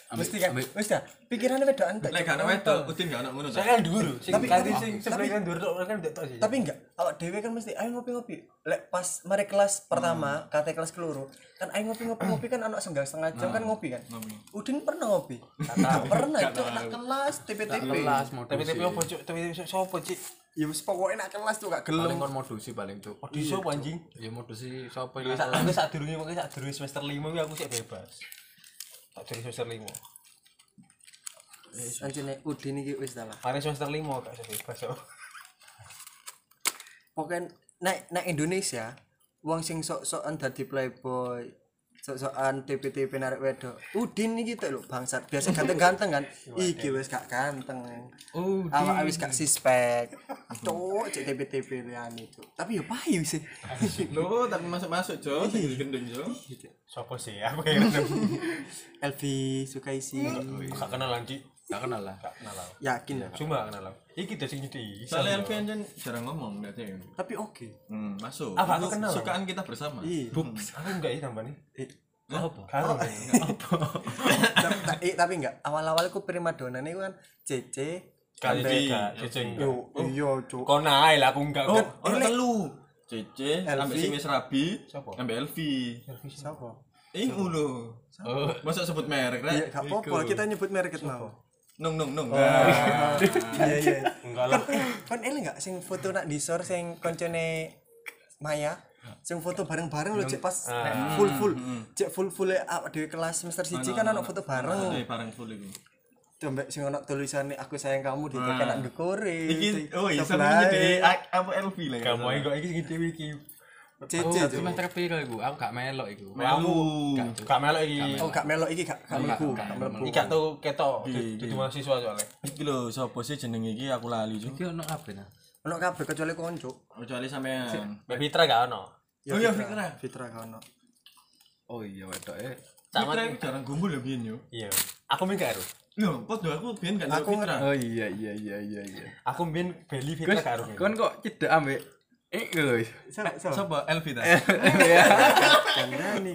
B: Ambek-
D: Mesti kan.
B: ambek-
D: Wis dah. Pikirannya bedoan tak.
E: Lek gak ana wedok, udin gak ana ngono ta.
C: kan dulu sing
D: Tapi-
C: tadi
D: tapi-
C: sing sebelah kan dulu tok kan tok sih
D: Tapi enggak, awak dhewe kan mesti ayo ngopi-ngopi. Lek pas mari kelas pertama, kate kelas keluru, kan ayo ngopi-ngopi ngopi kan anak senggang setengah jam kan ngopi kan. Udin pernah ngopi. Enggak pernah, Cuk. Nak kelas TPTP.
B: kelas modus.
C: tapi tapi apa cok tapi tapi sopo cik
D: Ya wis pokoke nak kelas tuh gak
B: paling
D: gelem.
B: kon modusi paling cuk.
C: di sopo anjing
B: Ya modusi sapa iki?
C: Sa- aku saat durungnya pokoknya saat durungnya semester lima aku sih bebas tak durung semester lima
D: Anjene Udin iki wis dah lah.
C: Mari semester lima kok saya bebas so.
D: Pokoknya naik naik Indonesia, wong sing sok-sokan dadi playboy, sok-sokan TPTP narik wedok. Udin iki gitu lho bangsat. Biasa ganteng-ganteng kan. Iki wis gak ganteng.
B: Oh,
D: Awak wis gak sispek. Cuk, cek TPTP lian itu. Tapi yo payu sih.
E: Lho, tapi masuk-masuk, Jo. Sing digendeng, Jo.
C: Sopo sih aku yang kenal. (laughs)
D: Elvi Sukaisi.
C: Gak kenal Iya, lanjut.
B: gak kenal lah.
C: Gak kenal. aku.
D: Yakin lah.
C: Cuma gak kenal. aku. Iki tuh sing nyedi.
E: Soalnya Elvian kan jarang ngomong berarti.
D: Tapi oke.
E: Hmm, masuk.
C: Ah, aku
E: Itu
C: kenal.
E: Sukaan kita bersama.
D: Iya.
C: Hmm. Aku enggak ini tambah nih.
D: Eh,
C: Karo.
D: tapi, tapi, tapi enggak awal-awal ku primadona nih kan CC
C: Kali
D: sampai-
C: cacing.
D: yo iya cuk
C: Kau naik lah aku enggak.
D: Oh,
C: Kan.
E: Orang
D: Elek.
E: telu. Cece,
D: Elvi.
E: ambek sing wis rabi,
C: Siapa?
E: ambek Elvi.
D: siapa
E: Ing ulo.
C: Oh.
E: Masa sebut
D: ya
E: merek, Rek?
D: gak Oh. apa-apa kita nyebut merek mau
E: Nung nung nung.
D: (laughs) iya eh, iya
E: (laughs)
C: Enggak lah.
D: kan ele enggak sing foto nak disor sing koncone Maya sing foto bareng-bareng lho cek pas
E: Ah.
D: full full
E: Hmm,
D: cek full full e awak dhewe kelas semester 1 kan ana foto bareng
E: Iya, bareng full iku.
D: Coba sing ana tulisannya aku sayang kamu di kena dekore.
E: Ah. Iki oh iya
D: Sebelah. e.
E: sampe di apa LV lah ya.
C: Kamu kok iki gitu iki.
D: Cece.
B: Oh,
D: Cuk.
B: semester piro iku? Aku gak melok iku.
E: Kamu
C: Gak melok iki.
D: Oh, gak melok iki gak gak
B: Gak-
D: mlebu,
B: gak
D: gak
B: mlebu.
D: mlebu.
C: Iki gak tau ketok
B: Iya,
C: jadi mahasiswa soalnya.
E: iki lho sapa sih jeneng iki aku lali juga.
B: Iki ono apa nah?
D: Ono kabeh kecuali konco.
E: Kecuali sampean.
C: Mbak Fitra gak ono.
E: Oh iya, Fitra.
D: Fitra gak ono.
B: Oh iya wetoke.
E: Fitra itu jarang gumbul ya biyen yo.
C: Iya. Aku mbien gak aru.
E: Yo, podo aku biyen gak ndelok
D: Aku eh.
E: Fitra.
B: Oh iya iya iya iya iya.
C: Aku mbien Beli Fitra
B: Gus,
C: gak aru.
B: kon kok cedak ambek eh guys.
E: Sapa LV ta?
D: (laughs)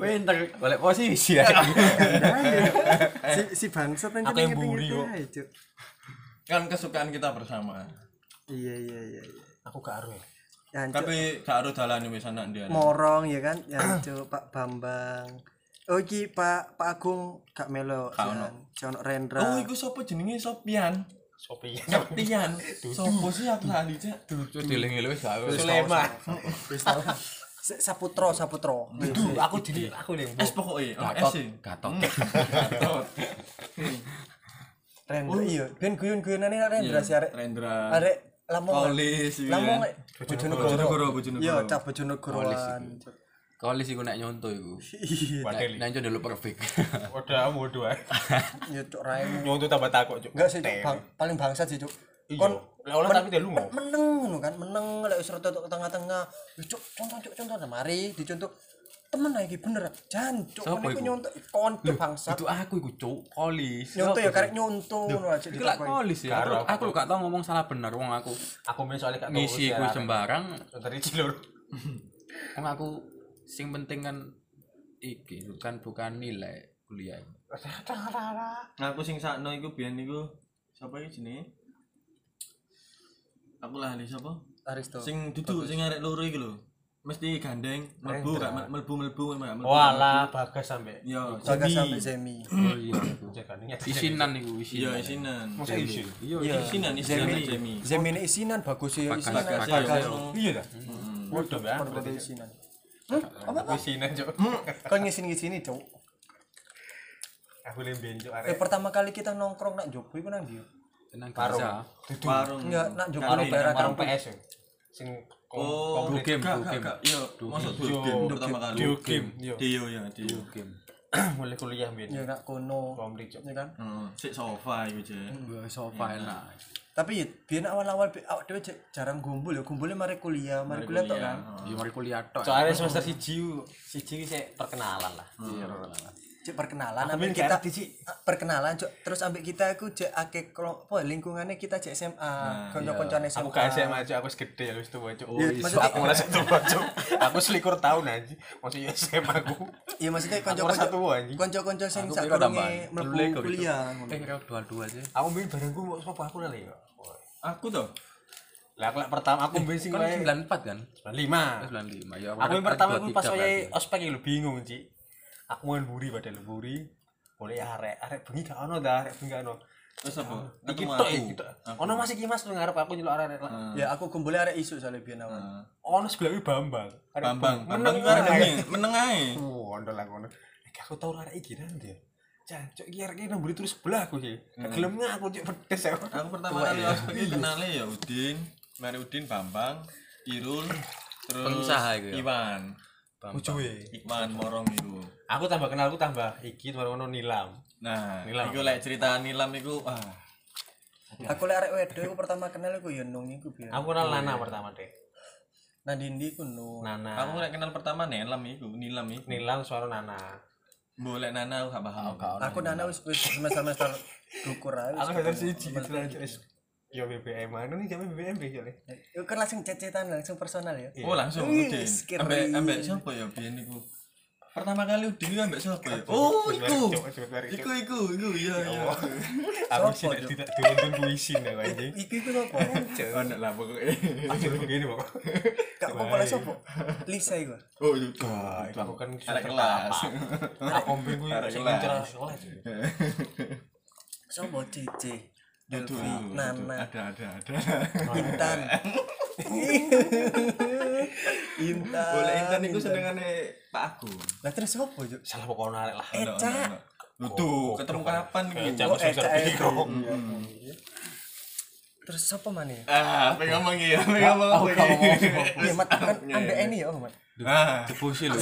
B: Pinter balik posisi ya.
D: (laughs) Si si bangsat nanti
C: Aku yang
D: ngingetin
C: buri
D: itu
C: kok.
D: aja, Cuk.
E: Kan kesukaan kita bersama.
D: Iya iya iya. iya.
C: Aku gak aru.
D: Ya, Cuk.
E: Tapi gak harus dalane wis anak dia.
D: Morong ya kan, ya (clears throat) Cuk, Pak Bambang. Oh iki Pak Pak Agung gak melo.
E: Gak ono.
D: Jono Rendra.
E: Oh, iku sapa jenenge Sopian?
C: Sopi.
E: Sopian. Sopo sih aku lali, Cak?
B: (laughs) Terus dilengi lu gak wis.
C: Sulema.
D: Wis tau. (laughs) Se- Saputro, Saputro.
C: Duh, aku jadi aku nih.
E: Es pokoke, ono es
B: Gatot,
E: sih. Hmm,
B: gatot.
E: Gatot.
D: Rendra iya. Ben guyon-guyonane nek Rendra sih arek.
E: Rendra.
D: Arek Lamongan.
E: Polis.
D: Lamongan. lek Bojonegoro.
E: Bojonegoro, Bojonegoro.
D: Iya, cah Bojonegoroan.
B: Kolis iku nek nyonto iku.
C: Wadeli.
B: Nek nyonto dulu
C: (laughs)
B: perfect.
C: Udah bodoh (laughs) ae.
D: Ya Cuk Raim.
C: Nyong tuh tambah takut, Cuk.
D: Enggak sih, Cuk. Bang- paling bangsat sih, Cuk.
C: Kon
D: Kon
C: lah olah tapi dia lungo.
D: meneng ngono kan, meneng lek wis rada ke tengah-tengah. Ya, Cuk, contoh Cuk, contoh nah, mari dicontoh. Temen lagi bener, jan Cuk,
B: Sopo
D: meneh ku
B: iku?
D: nyontok konco bangsat.
B: Itu aku iku cuk kolis.
D: Nyontok ya karek nyontok ngono aja
B: Iku lak
D: ditakoni.
B: kolis ya.
C: Karo
B: Aku-
C: aku.
B: Aku lu gak tau ngomong salah bener wong aku.
C: Aku mbien soalnya gak tau
B: Ngisi
C: usia
B: ku
C: arek.
B: sembarang
C: Dari cilur.
B: Wong aku sing penting kan iki bukan bukan nilai kuliah.
E: Aku sing sakno iku biyen niku sapa iki jenenge? Aku lali sapa?
D: Aristo.
E: Sing duduk sing arek loro iki lho. Mesti gandeng, mlebu gak mlebu mlebu mlebu.
C: Walah, bagas sampe.
E: Yo,
D: Jaga sampai semi.
C: Hmm.
B: Oh iya.
C: (laughs)
B: iku.
C: Jangan ingat.
B: Isinan iku isinan.
E: yo isinan.
C: Masa isin.
B: Iya.
E: Isinan isinan Jemi.
D: Zemi ini isinan bagus ya
B: Bagas,
D: isinan.
B: bagas.
D: Bagas.
C: Iya dah. Bodoh ya.
D: Perbuatan isinan.
C: Isinan, Cuk.
D: Kon ngisin-ngisini, Cuk.
C: Aku lembien, Cuk
D: Eh
C: arek.
D: pertama kali kita nongkrong nak Jopo iku nang ndi?
B: Tenang bisa.
E: Warung.
D: Enggak, nak Jopo
E: Kali,
D: nang daerah
C: Warung
D: kampung.
C: PS. ya. Sing kom-
E: Oh,
C: komplit.
B: Game,
E: gak,
B: game.
E: gak, gak. Yo, Iya, masuk dua game pertama kali.
C: Dio game. Yo.
E: Dio ya, Dio.
C: (clears throat) Mulai kuliah
D: Ya
C: mbien.
D: nak kono.
C: Komplit, Cuk.
D: Ya kan?
E: Heeh, sik sofa iku, Cek.
B: Wah, sofa enak.
D: tapi ya biar awal-awal bi- awak dhewe j- jarang gumbul ya gumbulnya mari kuliah mari kuliah tok kan
C: Hmm.
B: Ya mari kuliah tok.
C: Soalnya semester siji, siji saya perkenalan lah.
D: cek perkenalan ambek kita Ah, perkenalan cok terus ambek kita aku cek akeh kelompok lingkungannya kita cek SMA kanca-kancane SMA
C: Aku gak SMA aja, aku segede ya, wis tua cuk.
D: Iya,
C: Wis,
D: maksudnya-
C: aku ngerasa tua cuk. Aku selikur tahun aja, maksudnya SMA aku.
D: iya maksudnya
C: ngerasa tua,
D: kanca-kanca
C: anjing.
D: kanca-kanca sing
B: Aku
D: sak
B: kira tambahan.
D: kurunge
B: Telu
D: mlebu
B: likur itu.
D: kuliah
B: Eh, kira dua-dua aja.
C: Aku mbien barengku mau sapa aku lah ya.
E: Aku tuh.
C: Lah aku lek pertama aku mbien sing
B: Kan
C: wae
B: 94 kan?
C: 95.
B: 95. Ya
C: Aku yang pertama aku pas
B: wae
C: wae ospek iki lho bingung, Ci. Aku main buri pada lu buri. Boleh ya arek, arek bengi gak ono dah, arek bengi gak ono.
E: Terus apa?
C: Iki
E: Ketemu
C: tok
E: aku.
C: iki tok. Ono masih ki Mas ngarep aku nyelok arek. arek.
D: ya aku gumbulnya arek isu soalnya biar awal
C: Ono sebelahku Bambang. Arek
E: Bambang,
C: bengi.
E: Bambang
C: Meneng
E: iku ada
C: arek.
E: nih, meneng ae.
C: Wah, ondol aku ngono. Iki aku tau arek iki nanti. Cancuk iki arek iki nang buri terus sebelah aku sih. Kegelemnya aku cek pedes aku.
E: Aku pertama kali ospek iki kenale ya Udin, mari Udin Bambang, Irul, terus
B: Pengusaha iku ya?
E: Iwan.
D: e.
C: Ujue.
E: Iwan Morong iku.
C: Aku tambah kenal aku tambah iki tambah ono nilam.
E: Nah,
C: Nilam.
E: iku lek cerita Nilam iku ah,
D: aku lek arek wedo aku pertama kenal aku ya nung iku biar
C: Aku kenal Nana pertama deh.
D: nah dindi ku nung
C: Nana.
E: aku lek kenal pertama Nilam iku, Nilam iku.
C: Nilam suara Nana.
E: Mbok lek Nana aku Oh, gak paham.
D: aku nana wis wis semester-semester dukur ae wis.
C: Aku semester siji gitu aja. Yo BBM mana Anu nih jamnya BBM biasanya.
D: Iku kan langsung cecetan langsung personal ya
E: Oh, langsung
D: Wih,
E: Udin.
D: keren.
E: Ambek ambek siapa ya biyen iku? Pertama kali Udin iku ambek siapa ya? Oh, iku. Iku iku iku iya iya.
C: Aku sih tidak tidak turun puisi nih aku anjing.
D: iku iku apa
E: Ono lah pokoke.
C: Aku begini pokok.
D: Kak populer sopo? Lisa iku.
E: (laughs) Oh, iya.
C: Aku kan
E: Arek kelas.
C: Aku minggu
E: Arek
C: sing
E: kelas.
C: cerah sekolah. cuy.
D: Sopo Cici?
E: Aduh,
D: Delvi,
E: aduh,
D: Nana,
E: Ada ada ada.
D: Intan. Intan.
E: Boleh Intan iku senengane Pak Agung.
D: Lah terus opo yo?
C: Salah pokoknya narik lah.
E: Enak,
D: Eca.
E: enak, enak. Lu tuh Oh, ketemu kapan
C: Eca
E: iku?
D: Oh,
C: aku susah
D: Eca,
C: pikir.
D: Terus sapa maneh?
E: Ah, apa yang ngomong ya? Apa yang ngomong?
B: aku gak ngomong apa-apa.
D: Iya, mat kan ambek Eni yo, Mat.
E: Ah,
B: Debusi lho.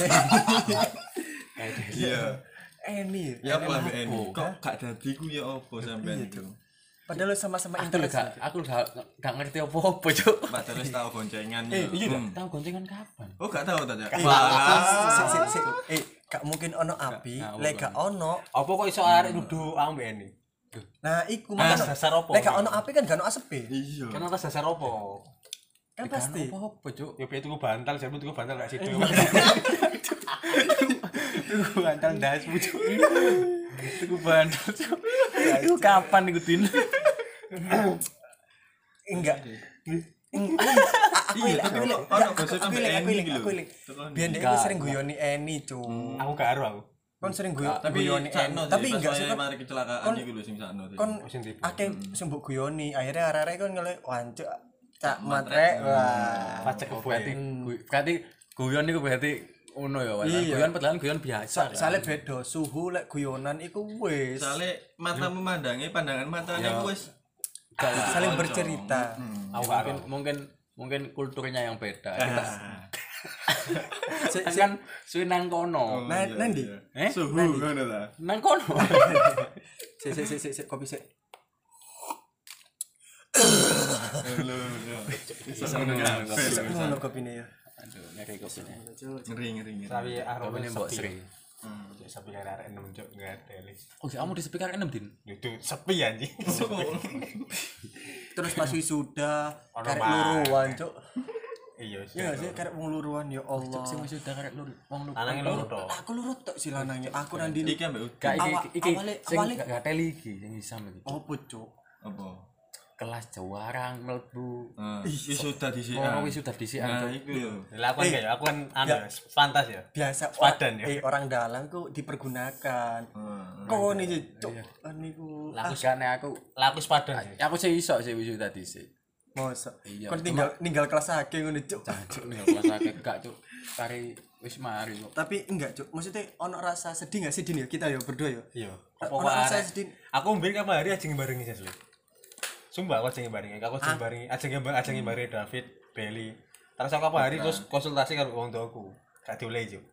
E: iya.
D: Eni. yo.
E: Ya apa ambek
B: apa?
E: ini? Kok gak dadi ku ya apa sampean iku?
D: Padahal lu sama-sama
B: (laughs) Aku lho
D: interest.
B: gak aku gak gak ngerti apa-apa, Cuk.
E: Padahal wis tau boncengan
B: Eh,
E: ya.
B: iya dah,
E: Hmm.
B: tahu goncengan kapan?
E: Oh, gak tau tanya.
D: Eh, Sik, sik, sik, sik. Eh, gak mungkin ono api,
B: Gak- gak
D: lek gak ono.
C: Apa kok iso arek nuduh ambek ini?
D: Nah, iku
C: Atas
D: makane.
C: dasar opo?
D: Lek gak ono api kan gak ono asepe.
E: Iya.
C: Kan atas dasar opo?
D: Kan
B: Gak
D: pasti.
B: ada Apa-apa, Cuk.
C: Ya piye tuku bantal, saya tuku bantal gak sido. Tuku bantal ndas pucuk.
B: Iku bandel, Cuk. Iku kapan iku tin?
D: enggak Eng- Ah, aku
E: Iya,
D: ilang,
E: tapi
D: aku
E: lo
D: ilang.
E: ono
D: Enggak,
E: gosip
D: aku
E: sampe
D: ilang, aku
E: Eni
D: ilang,
E: gitu
D: aku
E: lho.
D: ilang.
E: Tekan.
D: Biyen dia sering guyoni Eni cu
C: Aku gak aru aku.
D: kon sering guy-
E: Tapi
D: guyoni Eni
E: sakno sih,
D: tapi
E: pas
D: enggak
E: wae
D: sih kon
E: mari kecelakaan iku lho sing sakno. sih.
D: kon
C: Sing tipe.
D: akeh sembuk guyoni akhirnya arek-arek kon ngelek wancuk cak matre wah
B: Hmm.
C: Pacek
B: Berarti gu- berarti guyon iku berarti ono ya, Wan.
D: Iya.
B: Guyon padahal guyon biasa. kan?
D: soalnya beda suhu lek guyonan iku wis
E: Soale mata memandangnya pandangan matanya ku wis
D: saling bercerita
B: Hmm, mungkin mungkin mungkin kulturnya yang beda. Kita
D: Sik, sik.
B: kan suwi nang kono.
D: Nah,
E: iya,
D: nanti.
B: Eh?
E: iya. Suhu ngono ta.
B: Nang kono.
D: sik sik sik sik, sik kopi sik
E: Lho, iya. Suhu kabeh, lho.
D: ngono kopine ya
B: Aduh, ngeri kopinya.
E: Ngeri ngeri ngeri.
C: Tapi aku
B: Kopinya Mbok Sri.
C: Sepi kan arek enem cuk enggak ada lagi.
B: Oh, kamu di speaker 6, Din.
C: Itu sepi anjing.
D: terus pas wisuda
C: Ono
D: karek
C: maneh.
D: luruan cuk
C: Iya
D: iya gak sih karek wong luruan ya Allah
B: Sing wis udah karek lur wong lu.
C: Anangin loro to.
D: aku lurut tok sih lanangnya aku nandini
E: Iki ambek Udi.
B: Gak iki
D: Awal- Oh.
B: iki
D: awalnya-
B: sing
D: awalnya-
B: gak teli iki sing isam iki.
D: opo cuk
E: Apa?
B: Kelas jawarang mlebu.
E: Nah, Wis sudah di sini.
B: Ono wis sudah disian.
E: Nah,
B: Cuk.
E: iku lho.
C: Lah aku kan kayak aku kan anu
D: ya.
C: pantas ya.
D: biasa
C: Sepadan
D: or-
C: ya.
D: eh, orang dalam ku dipergunakan
E: Hmm.
D: kau nih cuk niku
B: Lah gane aku
C: Lah aku sepadan ya.
B: aku sih iso sih wis udah dhisik.
D: mosok
B: Iya.
D: kon tinggal ninggal kelas akeh ngono cuk
B: Cuk nih kelas akeh gak cuk. Kari wis mari kok.
D: tapi enggak cuk maksudnya ono rasa sedih nggak sih din ya kita ya berdua ya
C: Iya.
D: Ono
C: Apa kok
D: rasa
C: arek?
D: sedih
C: Aku mbek apa hari ajeng barengi sih. Sumpah aku ajeng barengi, aku ajeng barengi, ajeng bareng ajeng barengi David, Belly. Terus aku apa hari terus konsultasi karo wong tuaku. Gak dioleh juk.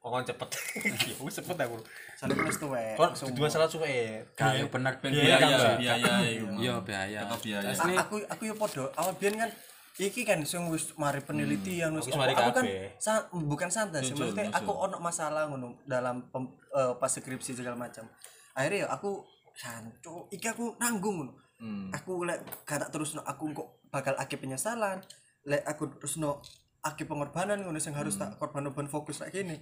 C: Kok kon cepet. (laughs) Ya wis cepet aku.
D: sana kelas tuwe
C: Kon dua salah suwe.
B: Gak yo bener ben.
E: Biaya biaya iku.
B: Yo biaya.
E: Tetep biaya.
D: A- aku aku ya podo awal biyen kan iki kan sing wis mari penelitian wis
C: Hmm. Aku wis mari
D: apa. aku kan
C: kabeh.
D: sa- bukan santai sih
E: Jujur,
D: maksudnya
E: jujur.
D: aku ono masalah ngono dalam pem, eh, pas skripsi segala macam akhirnya ya aku sanco iki aku nanggung ngono
C: Hmm.
D: aku lek gak tak terus aku kok bakal akeh penyesalan lek aku terus no akeh pengorbanan ngono sing harus
C: Hmm.
D: tak korban-korban fokus kayak gini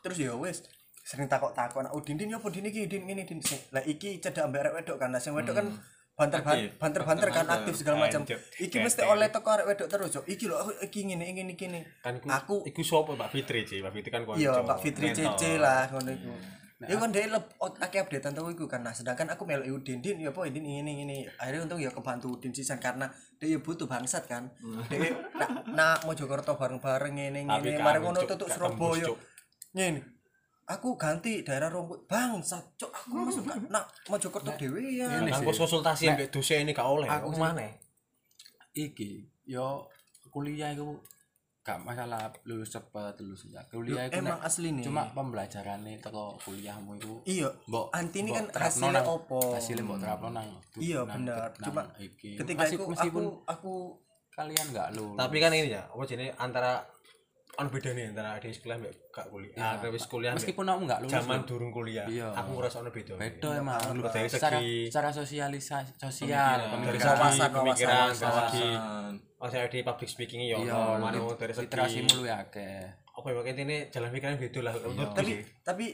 D: terus ya wes sering takok takok anak udin din ya apa din iki din ini din sing lah iki cedak ambek arek wedok kan lah sing wedok kan banter
E: Hmm. Aktif.
D: banter banter kan
E: Banter-banter.
D: aktif segala macam
C: Lanjut.
D: iki mesti oleh teko arek wedok terus yo iki lho aku iki ngene iki ngene ngene
C: Kan iku-
D: aku
C: iku sopo Mbak Fitri sih, Mbak Fitri kan konco.
D: iya Pak Fitri
C: mentor.
D: Cece lah ngono iku Iya kan dia lep akeh updatean tau iku kan. Nah, sedangkan aku melu Udin Din ya apa Udin ini ini. Akhirnya untung ya kebantu Udin sisan karena dia ya butuh bangsat kan. Dia nak na, Mojokerto bareng-bareng ngene
C: Tapi
D: ngene
C: gak
D: mari ngono
C: rujuk,
D: tutuk
C: gak tembus,
D: Surabaya.
C: Cuk.
D: Ngene. Aku ganti daerah rumput bangsat cuk aku masuk nak na, Mojokerto dhewe ya.
B: Ngene
C: Kan
B: sih.
C: aku konsultasi ambek dosen ini gak oleh. Aku mana?
B: iki yo kuliah iku gak masalah lulus cepet lulus enggak kuliah iku
D: Emang
B: nek-
D: asli nih.
B: cuma pembelajarannya teko kuliahmu iku
D: iya.
B: mbok
D: anti ini
B: mbok
D: kan
B: terapno
D: hasilnya
B: nang-
D: opo?
B: hasilnya mbok terapno nang
D: Iya
B: nang-
D: benar.
B: nang
D: Cuma
B: iki
D: ketika
B: Masih-
D: aku aku
B: meskipun
D: aku
B: kalian gak lulus
C: tapi kan ini ya apa jenis antara kan beda nih antara ada yang kuliah mbak gak kuliah ya, ada wis kuliah mbek
B: meskipun aku gak lulus
C: zaman
B: lho,
C: durung kuliah
B: Iya.
C: aku ngerasa ono beda
B: beda emang
C: Lulus dari
B: secara
C: segi-
B: secara sosialisasi sosial
C: dari
B: pemikiran
C: segi
D: Wawasan,
C: pemikiran dari
D: wawasan,
C: segi
E: Nah,
C: masih ada public speaking ya
B: iya
C: ono mana dari segi
B: literasimu luwih akeh
C: apa ya makanya ini jalan pikiran beda lah menurutku
D: tapi
C: sih.
D: tapi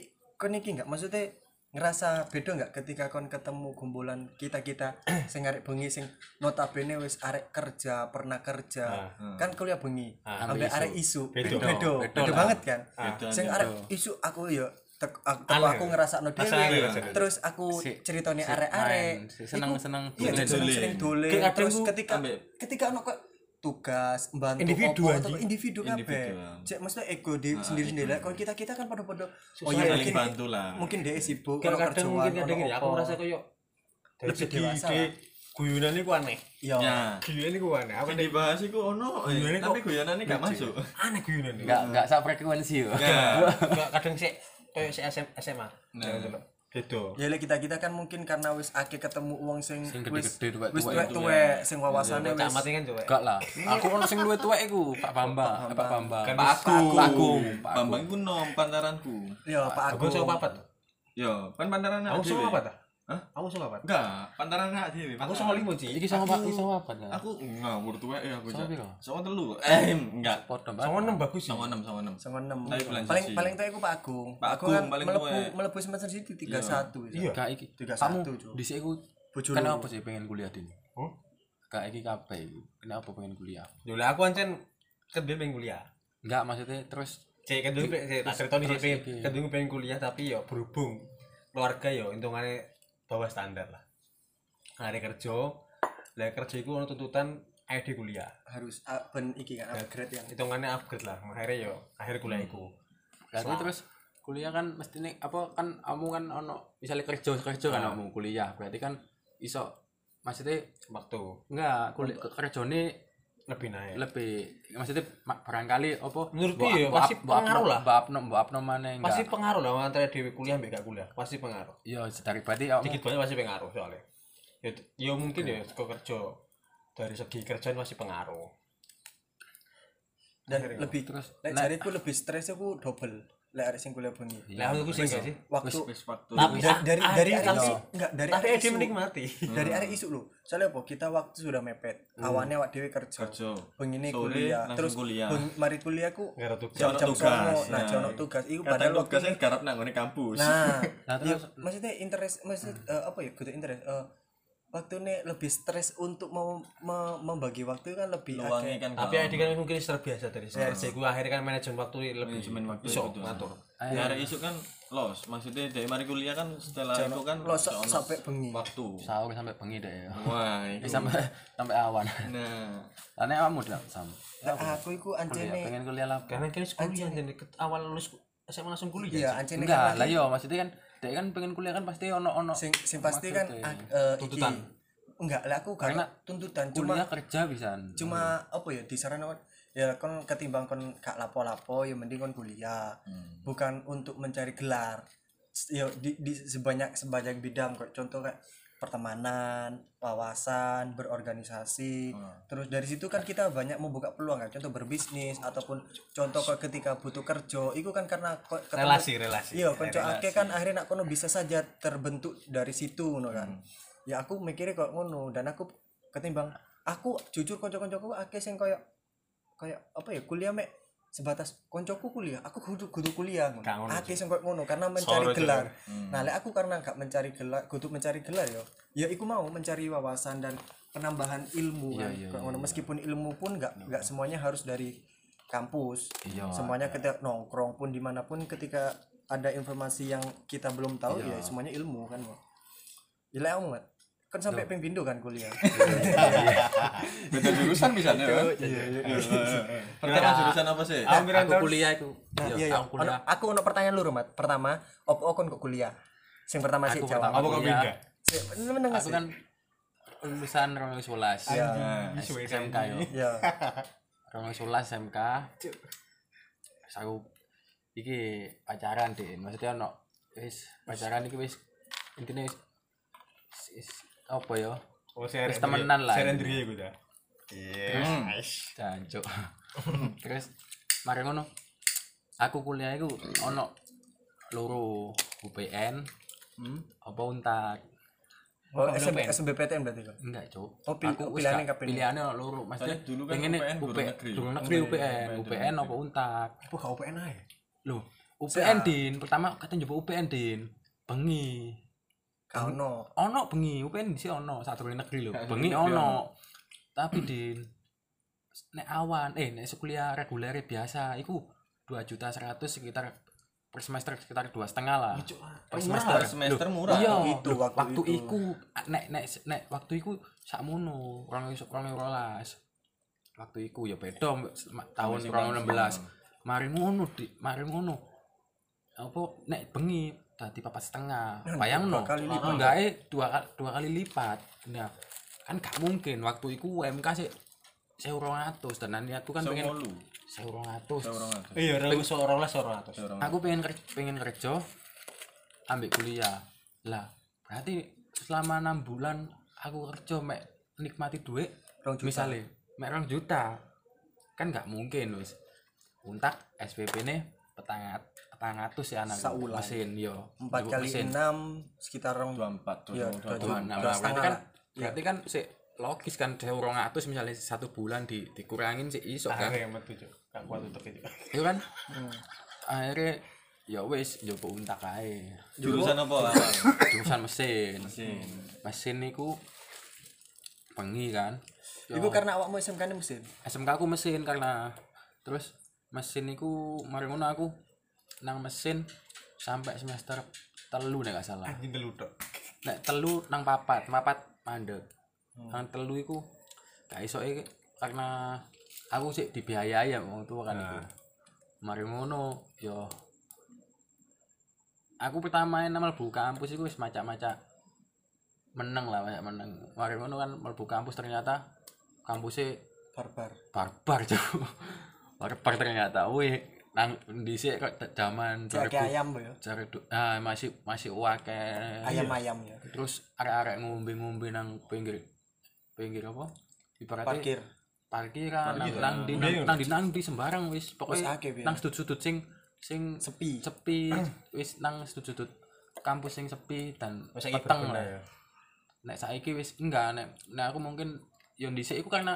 D: kon iki nggak maksudnya ngerasa beda nggak ketika kon ketemu kumpulan kita kita (clears throat) sing arek bengi sing notabene wis arek kerja pernah kerja kan kuliah bengi
C: Ah,
B: ambek
D: ambil arek isu
C: Beda.
D: beda beda,
B: Beda lah.
D: banget kan
E: Beda,
D: sing
E: beda.
D: arek isu aku yo tek, aku, teko
C: Aneh.
D: aku ngerasa no
C: Rasanya aneh,
D: dhewe
C: rasanya.
D: terus aku
B: Si- si
D: ceritone arek-arek
B: main, si seneng-
D: Iku-
B: seneng
D: iya
B: dolen.
D: seneng seneng dolen
B: Kayak kadang
D: terus
B: ku
D: ketika
E: ambek-
D: ketika ono kok tugas bantu
C: Individu,
D: apa, atau
C: anjing.
D: individu kabeh.
E: Individuan.
D: Cek maksudnya ego di sendiri-sendiri. Lah kalau kita-kita kan pada-pada oh
E: saling
D: iya mungkin
E: bantu lah.
D: mungkin dia sibuk
C: Kayak
D: ono
C: kadang
D: kerjaan,
C: mungkin
D: ono
C: kadang gini, aku
D: apa.
C: merasa kayak dari
D: Lebih
C: segi
D: dewasa
C: ide
D: lah.
C: guyonan ini ku aneh
D: Iya.
E: Ya.
C: guyonan ini ku aneh apa
E: Apa
C: nih
E: dibahas itu ono, eh,
C: Guyonannya
E: tapi
C: kok
E: guyonannya gak masuk.
C: aneh guyonan ini
B: Enggak enggak sak frekuensi yo.
C: (laughs)
E: Ya.
C: Enggak, kadang sih kayak si SM, SMA
E: Nah.
C: gitu
D: Ya kita kita kan mungkin karena wis akeh ketemu wong sing
B: Sing
D: wis
B: gede-gede, tuwek-tuwek
D: wis
B: itu
D: tuwek-tuwek sing wawasane wis
C: camat ini kan coba
B: Enggak lah. Aku ono sing luwe tuwek iku, Pak Bambang, Eh, Pak Bambang.
C: Kan
E: Pak Agung.
B: Pak Agung, Pak Agung.
E: Bambang itu nom pantaranku.
D: ya Pak
C: aku
D: Agung.
C: sama apa tuh
E: Yo, kan pantaran
C: aku sama apa tuh
E: Hah?
C: ah? aku sama apa
E: Enggak, pantaran gak dhewe.
C: aku sama limo sih
B: Iki sama Pak, iki sama Pak. Aku
E: Aku ngawur tuwek ya aku.
B: Sama
E: Cak.
B: piro?
E: Sama telu. Eh, enggak.
B: podo Pak.
C: sama enam bagus sih
E: Sama enam, sama enam.
D: sama enam
E: Tapi bulan
D: paling
E: suci.
D: paling tua aku Pak Agung
E: Pak
D: Agung kan
E: Agung paling
D: melebu
E: tua.
D: melebu semester sini tiga satu
C: Iya.
B: Kak iki.
D: Tiga
B: Kamu
D: satu, Cuk.
B: dhisik iku
D: Bojo
B: kenapa sih pengen kuliah dini?
C: Hmm?
B: Kak iki kabeh iku. Kenapa pengen kuliah?
C: dulu aku ancen kedua pengen kuliah
B: Enggak maksudnya terus
C: cek kedua pengen cek tak cerita nih
B: terus
C: cek
B: iki.
C: kedua pengen kuliah tapi ya berhubung keluarga ya hitungannya bawah standar lah hari kerja lah kerja itu ono tuntutan ayo di kuliah
D: harus ah, ben iki kan upgrade yang
C: hitungannya upgrade lah akhirnya yo akhir kuliah iku
B: Berarti terus kuliah kan mesti nih apa kan kamu kan ono misalnya kerja kerja kan kamu kuliah berarti kan iso maksudnya
C: waktu
B: enggak kuliah kerjone
C: lebih naik
B: lebih maksudnya ma- barangkali apa
C: Menurutku
B: mbok-
C: ya,
B: mbok-
C: pasti
B: mbok
C: pengaruh
B: upno-
C: lah.
B: mbok upno mbok upno maneh enggak
C: pasti pengaruh lah antara dewi kuliah mbak gak kuliah pasti pengaruh
B: ya dari berarti kamu
C: dikit banyak pasti pengaruh soalnya ya, ya mungkin ya ke kerja dari segi kerjaan pasti pengaruh
D: dan lebih
B: Terus,
D: lek
B: nah-
D: jari aku lebih stres aku double lek arek sing kuliah bengi
C: lah aku sih enggak sih
D: waktu
E: Wis waktu.
C: Tapi-
D: dari dari
C: Ah,
D: dari
C: ada,
D: arek
C: tapi-
D: isu enggak dari
C: tapi
D: arek
C: dia
D: isu
C: menikmati
D: dari arek isu lho soalnya apa kita waktu sudah mepet
C: Hmm.
D: awannya awak dhewe kerja
E: Kerja.
D: pengine
E: Sore
D: kuliah
E: langsung
D: terus
E: kuliah.
D: ben- mari kuliah aku
C: Nggak ada tugas.
D: jam-jam
E: Ono tugas,
D: sono nah
E: ya.
D: jono tugas iku
E: Kadang
D: padahal waktu
E: tugasnya garap nang ngone kampus. (laughs)
D: nah
B: nah terus
D: maksudnya interest maksud eh, apa ya kudu interest eh, waktunya lebih stres untuk mau me- membagi waktu kan lebih agak
E: Luangnya kan
C: tapi
E: kalau
C: ada kan mungkin terbiasa dari kerja gue akhirnya kan manajemen waktu lebih
E: manajemen waktu
C: iso
E: itu.
C: ngatur
E: Ya hari isu kan los, maksudnya dari mari kuliah kan setelah itu kan
D: lo sa-
E: ono
D: sampai bengi
E: waktu.
B: sahur sampai bengi deh ya
E: Wah, iya.
B: (laughs) Eh,
E: itu.
B: sampai sampai awan
E: Nah,
B: karena kamu udah sama
D: Lah, aku iku
B: kuliah
D: ancene
B: pengen kuliah lah
C: karena kan kuliah jadi ke- awal lulus SMA langsung kuliah
D: iya ancene
B: enggak
D: kan
B: lah yo maksudnya kan dia kan pengen kuliah kan pasti ono ono
D: sing sing pasti kan ak- eh, iki.
C: Tuntutan.
D: enggak lah aku
B: Karena
D: karena tuntutan cuma
B: kuliah kerja bisa
D: cuma apa ya disaran awak ya kon ketimbang kon kak lapo-lapo ya mending kon kuliah bukan untuk mencari gelar S- ya di, di sebanyak sebanyak bidang kok contoh kayak pertemanan wawasan berorganisasi terus dari situ kan kita banyak membuka peluang kan contoh berbisnis ataupun contoh kok ketika butuh kerja itu kan karena kok ketemu-
C: relasi relasi
D: iya konco ake kan akhirnya nak kono bisa saja terbentuk dari situ no kan ya aku mikirnya kok ngono dan aku ketimbang aku jujur konco-koncoku ake sing koyo koyo apa ya kuliah mek sebatas koncoku kuliah aku kudu kudu kuliah ngono.
C: Gak ngono,
D: ake sing koyo ngono karena mencari
C: Soro Hmm. itu
D: gelar nah lek aku karena gak mencari gelar kudu mencari gelar yo ya iku mau mencari wawasan dan penambahan ilmu
C: Iya,
D: kan Koyo ngono meskipun ilmu pun gak gak semuanya harus dari kampus
B: Iya,
D: semuanya ketika nongkrong pun dimanapun ketika ada informasi yang kita belum tahu
C: Iya.
D: ya semuanya ilmu kan Mo. Ya, gila kamu Mat. kan sampai pimpindo kan kuliah
C: (laughs)
E: beda jurusan bisa ya. kan? Pertama jurusan apa sih?
C: hampir
B: aku kuliah itu
D: nah,
B: Yo,
D: iya, iya.
B: aku kuliah
D: Ono- aku ono pertanyaan lu Mat pertama opo okon kok kuliah sing pertama sih
B: aku pertama
D: jawab
C: apa kau
B: kuliah.
C: pindah
D: Sik, meneng
B: aku
D: sih.
B: kan lulusan Romi Sulas
E: Nah,
B: SMK yo (laughs)
D: ya
B: Romi Sulas SMK Terus aku iki pacaran deh maksudnya ono wis pacaran iki wis intinya wis wis- wis apa yo
C: oh saya
B: Terus temenan lah.
C: saya sendiri gue dah iya
B: jancuk (laughs) terus mari ngono aku kuliah iku ono loro UPN
D: Hmm?
B: apa untak
D: oh, SMB, SMBPTN berarti kan
B: enggak cuk
D: Oh, pil- oh,
B: wis
D: pilihannya
B: gak-
D: kapan ya?
B: pilihannya ono loro maksudnya
E: Soalnya dulu kan
B: pengennya
E: UPN
B: UP-
E: durung negeri. Oh,
B: durung negeri UPN UPN apa untak
C: apa kau pengen aja
B: lho UPN din pertama katanya nyoba UPN din bengi
D: kau no
B: ono bengi UPN di ono satu negeri lho bengi ono tapi din nek awan eh nek sekuliah reguler biasa iku dua juta seratus sekitar per semester sekitar dua setengah lah per semester
E: Per semester murah.
B: iya
D: Waktu itu,
B: lho,
D: waktu
B: waktu, ah,
D: itu.
B: iku nek nek nek waktu iku sakmono rong rong rolas waktu iku ya beda mbak, ma- tahun 2016 mari ngono di mari ngono apa nek bengi tadi papat setengah bayangno
D: kali lipat.
B: enggak dua ka- dua kali lipat nah kan gak mungkin waktu iku UMK sih saya dan nanti aku kan pengen
E: Sewolu.
B: saya
E: Sewolu.
C: iya ragu seorang lah seorang atas
B: aku pengen ker- pengen kerja ambil kuliah lah berarti selama enam bulan aku kerja mek nikmati duit
D: Rong juta.
B: misalnya mek rong juta kan nggak mungkin wis untak SPP nih petangat petangatus ya anak
D: Saulan.
B: mesin yo
D: empat
B: Njupuk
D: kali
B: mesin.
D: enam sekitar rong
E: dua empat dua
D: Iya,
E: dua
D: dua-
E: dua.
B: Nah,
D: dua
B: nah, berarti
D: setengah
B: kan
D: lah.
B: berarti kan sik logis kan dewe 200 misalnya satu bulan di, dikurangin sik iso kan
C: aku yang metu cok aku kuat untuk itu
B: itu kan
D: Hmm.
B: akhirnya ya wis njupuk untak ae
E: jurusan apa lah
B: jurusan mesin
E: mesin
B: mesin niku pengi kan
D: ibu karena awakmu SMK ini mesin
B: SMK aku mesin karena terus mesin niku mari ngono aku nang mesin sampai semester telu nek gak salah
C: anjing telu tok
B: nek telu nang papat papat mandek nang telu iku gak iso e karena aku sih dibiayai ya wong tua kan iku mari ngono yo aku pertama yang mlebu kampus iku wis macak-macak meneng lah macak meneng mari ngono kan mlebu kampus ternyata kampusnya
D: barbar
B: barbar (laughs) cuk barbar ternyata wih nang dhisik kok te- zaman
D: kayak ayam bu ya
B: jare ah masih masih wake
D: ayam ayam ya
B: terus arek-arek ngombe-ngombe nang pinggir pinggir apa ibaratnya
D: parkir
B: parkiran nang nang di nang, nang di nang di sembarang wis
D: Wis
B: pokoknya
D: akeh, Bi.
B: nang sudut-sudut sing sing
D: Sepi.
B: sepi (clears throat) wis nang sudut-sudut kampus sing sepi dan
C: Wis saiki
B: peteng
C: berguna ya.
B: lah nek saiki wis enggak nek nek aku mungkin yo dhisik iku karena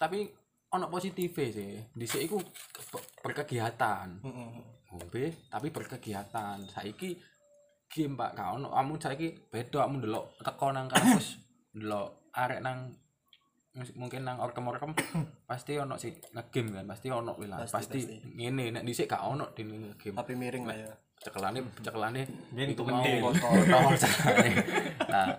B: tapi ono positif sih dhisik iku ke-
D: Hmm.
B: berkegiatan ngombe tapi berkegiatan saiki game pak gak ono amun saiki beda amun ndelok teko nang
D: (coughs)
B: kampus ndelok arek nang mus- mungkin nang
D: (coughs)
B: orkem-orkem pasti ono sih ngegame kan pasti ono wih lah
D: Pasti,
B: pasti, ngene nek dhisik gak ono dene ngegame
D: tapi miring lah ya
B: cekelane cekelane
C: Biyen
B: itu mau
C: pentil.
B: potong cekelane. nah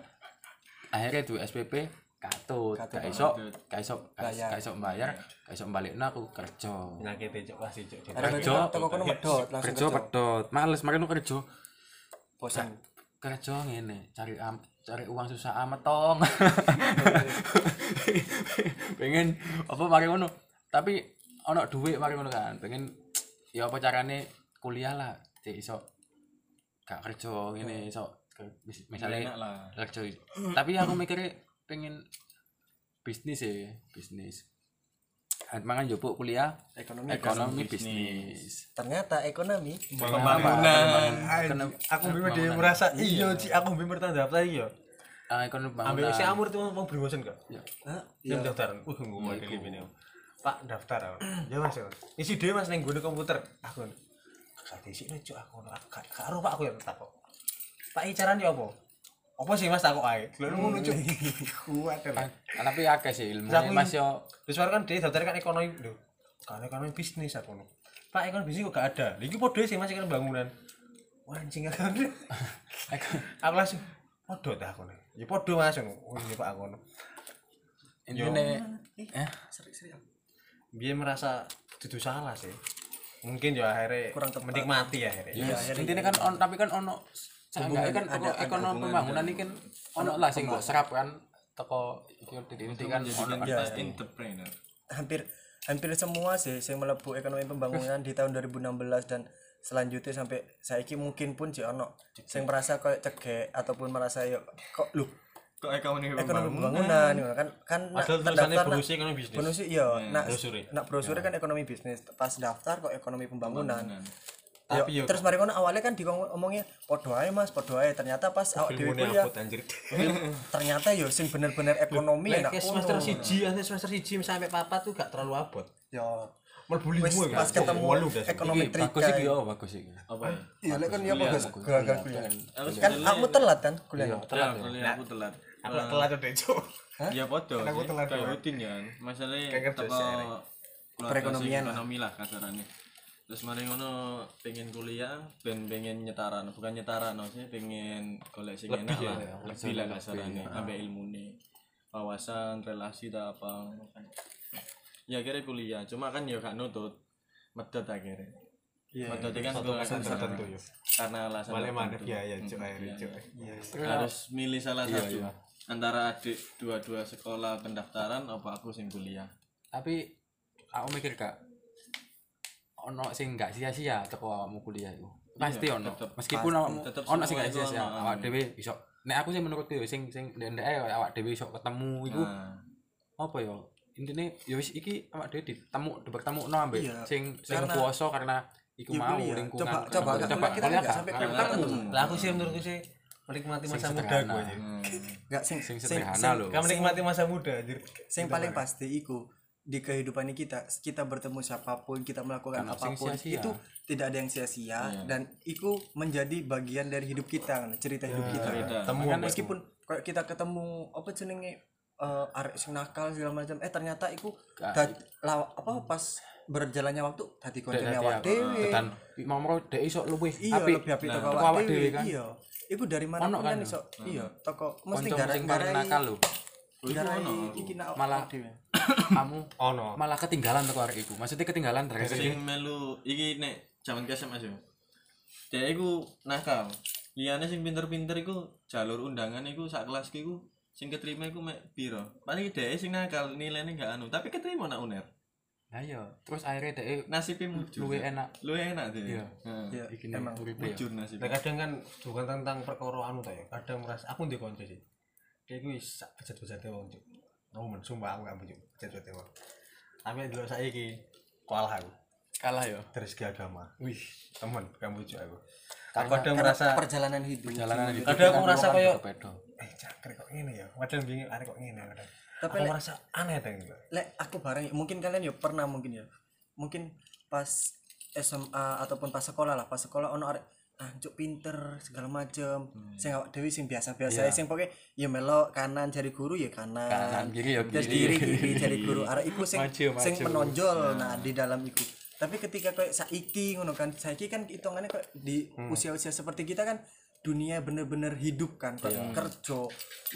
B: akhirnya tuh SPP katut
D: Katut,
B: gak iso gak iso gak
D: Bayar.
B: gak iso bayar gak iso balikna aku kerja
C: nyakitnya cok pasti cok
D: ada
B: Kerja.
D: kerja toko kono medot langsung
B: kerja Nah.
D: kerja
B: pedot males makanya aku kerja
D: bosan
B: kerja ngene cari am, cari uang susah amat
C: (laughs)
B: tong pengen apa mari ngono tapi ono duit mari ngono kan pengen ya apa carane kuliah lah cek iso gak kerja ngene iso ke- mis- misalnya
E: enak lah.
B: kerja tapi aku mikirnya pengen bisnis ya bisnis mangan jupuk kuliah
D: ekonomi
B: ekonomi bisnis
D: ternyata ekonomi
E: pembangunan
B: Kenapa-
C: aku bimbing dia merasa iya Ci, aku bimbing bertanggung jawab lagi ya
B: Ah, ekonomi
C: ambil si
B: bangunan
C: amur itu mau berimosen gak
B: Ya.
D: Hah?
C: Iya. daftar. Uh, gue mau ada ini. Pak daftar. Pak. Ya Mas. ya, Mas. Isi dhewe Mas ning gone komputer. Aku. Kate isi nek cuk aku ora gak karo Pak aku yang takok. Pak iki carane apa? Apa sih Mas takok ae? Lha ngono cuk. (laughs) Kuat
B: Ah,
C: kan.
B: tapi akeh sih ilmu
C: Terus aku
B: mas
C: ini-
B: yo
C: Terus baru kan dia daftar kan ekonomi lho. Kan ekonomi bisnis aku lho. Pak ekonomi bisnis kok gak ada. Lah iki podo sih Mas iki bangunan. Wah anjing aku. (laughs)
B: (laughs)
C: aku langsung podo ta aku. Ya podo Mas. Oh iya Pak aku.
B: intine eh
C: biar merasa itu salah sih mungkin ya akhirnya
D: Kurang tepat.
C: menikmati ya akhirnya
B: yes. intine kan on, tapi kan ono seenggaknya kan teko ekonomi pembangunan iki kan ono lah sing mbok serap kan teko iki titik-titik kan ono
E: menjadikan
B: kan.
E: kita entrepreneur
D: hampir hampir semua sih yang melebu ekonomi pembangunan di tahun 2016 dan selanjutnya sampai saiki mungkin pun sih ono yang merasa kayak cegek ataupun merasa yo kok lu
E: kok ekonomi
D: ekonomi
E: pembangunan
D: pembangunan ngono kan kan nak
C: padahal tulisannya
D: terdaftar nak-
C: brosur ekonomi bisnis Hmm,
D: bonus sih iya nak
C: brosure. Ya.
D: nak brosure kan ekonomi bisnis pas daftar kok ekonomi pembangunan
C: Tapi
D: Yo,
C: yo-
D: terus mari kono awalnya kan diomongnya podo ae Mas, podo ae. Ternyata pas awak dhewe
C: ilmunya
D: kuliah,
C: abot anjir
D: ternyata yo sing bener-bener ekonomi ya nak
C: Kayak semester siji nanti semester siji sampai papat tuh gak terlalu abot
D: Yo.
C: melbu
D: Wis
C: lima
D: pas ketemu ekonomi
B: Iki
C: Iya,
B: bagus iki
D: trika.
B: yo bagus iki
E: apa ya
D: Iya, lek kan ya apa guys? Gagal kuliah.
E: aku
D: Kan
E: sebetulnya-
D: aku telat kan kuliah.
B: Iya,
E: Ya,
B: telat ya.
E: kuliah aku telat
C: Nah,
E: Eh,
C: aku telat udah cok
E: ya podo
C: Aku
E: sih,
C: telat
E: kayak
C: doang.
E: rutin kan masalahnya
C: Kayak kerja
E: teko
C: sehari.
E: keluarga
D: Perekonomian
E: sih, ekonomi lah kasarannya terus mari ngono pengen kuliah ben pengen nyetaran bukan nyetaran maksudnya pengen golek sing enak lah lebih lah kasarannya ambek ilmune wawasan relasi ta apa ya akhirnya kuliah cuma kan ya gak nutut medot akhirnya medot kan alasan
C: tertentu ya.
E: karena alasan
C: Balik mana
E: tertentu.
C: biaya
E: Hmm,
C: cuk akhirnya cuk.
E: biaya.
D: Iya.
E: harus milih salah satu antara adik dua-dua sekolah pendaftaran apa aku sing kuliah
B: tapi aku mikir kak ono sing gak sia-sia teko awakmu kuliah iku pasti ono
E: tetep.
B: meskipun awakmu
E: Tetep
B: ono sing
E: semua
B: gak
E: itu
B: sia-sia
E: ono.
B: awak dhewe iso nek aku sih menurutku yo sing sing ndek ae awak dhewe iso ketemu iku
E: nah,
B: apa yo intinya yo wis iki awak dhewe ditemu dipertemu no ambek
D: Iya.
B: sing sing
D: Karena-
B: kuwasa karena iku
D: Iya,
B: mau
D: iya.
B: lingkungan kan
D: Coba-
B: karena-
D: coba, karena kita kan
B: kalian
D: nggak
B: gak-
D: sampai
B: kan? karena-
D: ketemu.
C: Lah aku sih menurutku sih menikmati masa
B: Sing
C: muda
B: sederhana.
C: gue aja.
D: Enggak sing
B: sing
D: sing-
B: sederhana
D: sing-
B: lho
C: Kamu menikmati masa muda anjir.
D: Sing paling pasti iku di kehidupan ini kita kita bertemu siapapun kita melakukan
B: Karena sing
D: apapun
B: sia-sia. Iya.
D: itu tidak ada yang sia-sia dan itu menjadi bagian dari hidup kita kan, cerita hidup
B: Iya,
D: kita
C: Temu
D: Kan meskipun kalau kita ketemu apa jenenge eh arek sing nakal segala macam eh ternyata iku dat, lawa- apa pas berjalannya waktu tadi koncone
B: dadi
D: awak
B: awak-
D: dhewe
B: dan mau dhek iso luwih
D: iya lebih apik toko awak dhewe
B: kan
D: iya iku dari mana
B: Ono
D: pun kan
B: kan,
D: iso iya toko mesti
B: Kanca
D: garai
B: sing paling nakal lho
D: garai iki nak
B: Malah-
D: awak dhewe
B: kamu
C: ono.
B: malah ketinggalan teko arek iku maksudnya ketinggalan dressing
E: sing melu iki nek jaman ke SMA yo dia iku nakal liyane sing pinter-pinter iku jalur undangan iku sak kelas ki iku sing keterima iku mek piro paling dhek sing nakal nilainya gak anu tapi keterima nak uner
B: ayo terus akhirnya dhek
E: nasibnya mujur
B: luwih enak
E: luwe enak deh
B: Iya.
D: iya
B: iki nih
D: emang
B: uripe ya.
E: mujur nasibnya
C: Nah, kadang kan bukan tentang perkara anu ta ya. Kadang merasa aku ndek kanca sih. Dia iku wis sak bejat-bejate wong cuk. Aku men sumpah aku gak bujuk bejat-bejate wong. Tapi dulu saiki kalah aku
B: kalah yo
C: dari segi agama.
B: wih
C: Temen gak bujuk aku. Aku kadang merasa
D: perjalanan hidup
B: jalanan hidup
C: Kadang aku
B: kita
C: merasa
B: keluar
C: kayak-
B: beda-beda.
C: eh jangkrik kok ngene ya. Kadang bingung arek kok ngene kadang.
D: Tapi
C: Tapi aku
D: lek-
C: merasa aneh ta gitu.
D: lek aku bareng mungkin kalian ya pernah mungkin ya mungkin pas SMA ataupun pas sekolah lah pas sekolah ono arek anjuk pinter segala macem
B: Hmm.
D: sing awak dewi sing biasa-biasa ae, sing pokoknya ya melok kanan jari guru ya kanan,
B: Iya. Kanan, kiri ya
D: Terus
B: kiri.
D: kiri kiri jari guru arek iku sing
B: Maju,
D: sing
B: maju.
D: menonjol nah di dalam iku tapi ketika kayak saiki ngono kan saiki kan hitungannya kayak di
B: Hmm.
D: usia-usia seperti kita kan dunia bener-bener hidup kan kayak
B: Iya.
D: kerja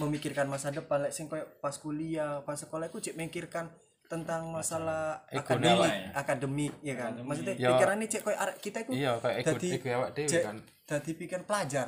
D: memikirkan masa depan lek sing kayak pas kuliah pas sekolah iku cek mikirkan tentang masalah
B: Ekonomi.
D: akademik akademik ya kan maksudnya
B: Ya.
D: pikirannya cek kayak arek kita iku
B: Iya, kayak ego-
D: dadi-
B: ego awak dhewe
D: cek-
B: kan. Hmm.
D: dadi pikiran pelajar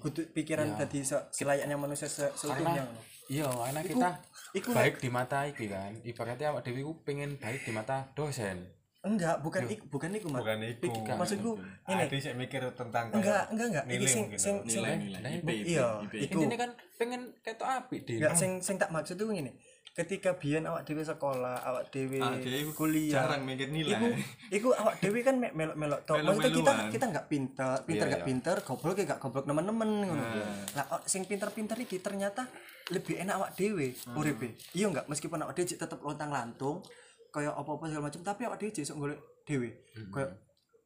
D: kudu pikiran dadi se- selayaknya manusia se- seutuhnya ngono.
B: iya karena kita
D: iku
B: baik di mata iki kan ibaratnya awak dewi ku pengen baik di mata dosen
D: enggak bukan iku bukan iku Mat.
C: Bukan iku.
D: Pik- maksudku ini
C: Ini sih mikir tentang kayak
D: enggak enggak enggak iki
C: nilai
D: sing
C: mungkin,
D: sing sing
E: gitu. nilai nilai IP
D: iya iku
B: intinya kan pengen ketok api di
D: enggak sing sing tak maksud tuh ngene ketika biyen awak dhewe sekolah awak dhewe
E: Ah, dia iku
D: kuliah
E: jarang mikir nilai.
D: iku iku awak dhewe kan mek melok-melok tok maksudnya kita
E: Melu-meluan. Iya,
D: kita enggak pinter pinter enggak pinter goblok enggak goblok nemen-nemen ngono
E: Nah.
D: lah awak sing pinter-pinter iki ternyata lebih enak awak dhewe
E: Hmm.
D: uripe iya enggak meskipun awak dhewe cek tetep lontang-lantung kaya apa-apa segala macam tapi awak dhewe cek iso golek dhewe
E: Hmm.
D: kaya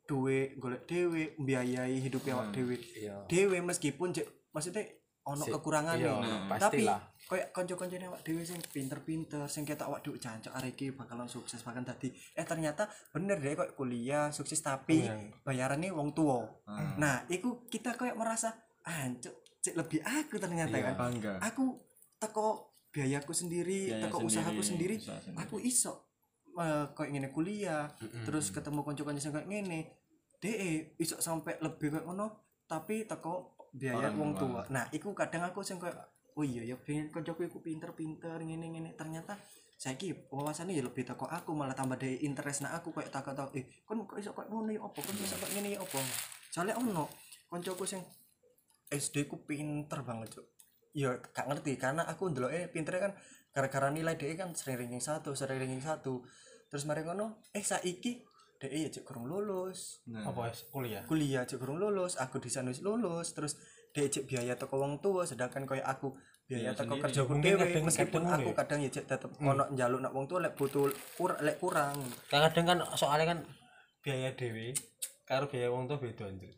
D: duwe golek dhewe mbiayai hidupe awak dhewe dhewe meskipun cek maksudnya ono kekurangan
B: iya,
D: tapi
B: pastilah.
D: koyo kanca-kancane awak dhewe sing pinter-pinter sing ketok awak dhewe jancuk arek iki bakalan sukses bahkan tadi eh ternyata bener deh koyo kuliah sukses tapi bayarannya wong tua
E: Hmm. Ah,
D: nah iku kita koyo merasa ancuk cek lebih aku ternyata kan
E: nah, bangga.
D: aku teko biayaku sendiri
E: Biaya
D: teko
E: sendiri, Iya.
D: usahaku sendiri
E: usaha sendiri.
D: aku iso eh, koyo ngene kuliah terus ketemu kanca-kanca sing koyo ngene de iso sampai lebih koyo ngono tapi teko biaya
E: Orang
D: wong
E: tua.
D: tua nah iku kadang aku sing koyo oh iya ya pengen kancaku iku pinter-pinter ngene-ngene ternyata saiki wawasannya ya lebih teko aku malah tambah deh interest nak aku kayak takut takut eh kon kok iso kok ngono ya apa kon iso kok ngene ya apa soalnya ono kancaku sing SD ku pinter banget cuk ya gak ngerti karena aku ndelok eh pinternya kan gara-gara nilai DE kan sering ranking satu sering ranking satu terus mari ngono eh saiki DE ya cuk kurang lulus
C: apa wes, kuliah.
D: kuliah cek kurang lulus aku di sana wis lulus terus dia cek biaya toko wong tua sedangkan koyo aku biaya toko kerja ku
C: Mungkin
D: dhewe
C: kadang-
D: meskipun
C: kadang
D: aku
C: ya.
D: kadang ya cek tetep ono njaluk nak wong tua lek butuh kur lek kurang
C: kadang kan soalnya kan biaya dewi karo biaya wong tua beda anjir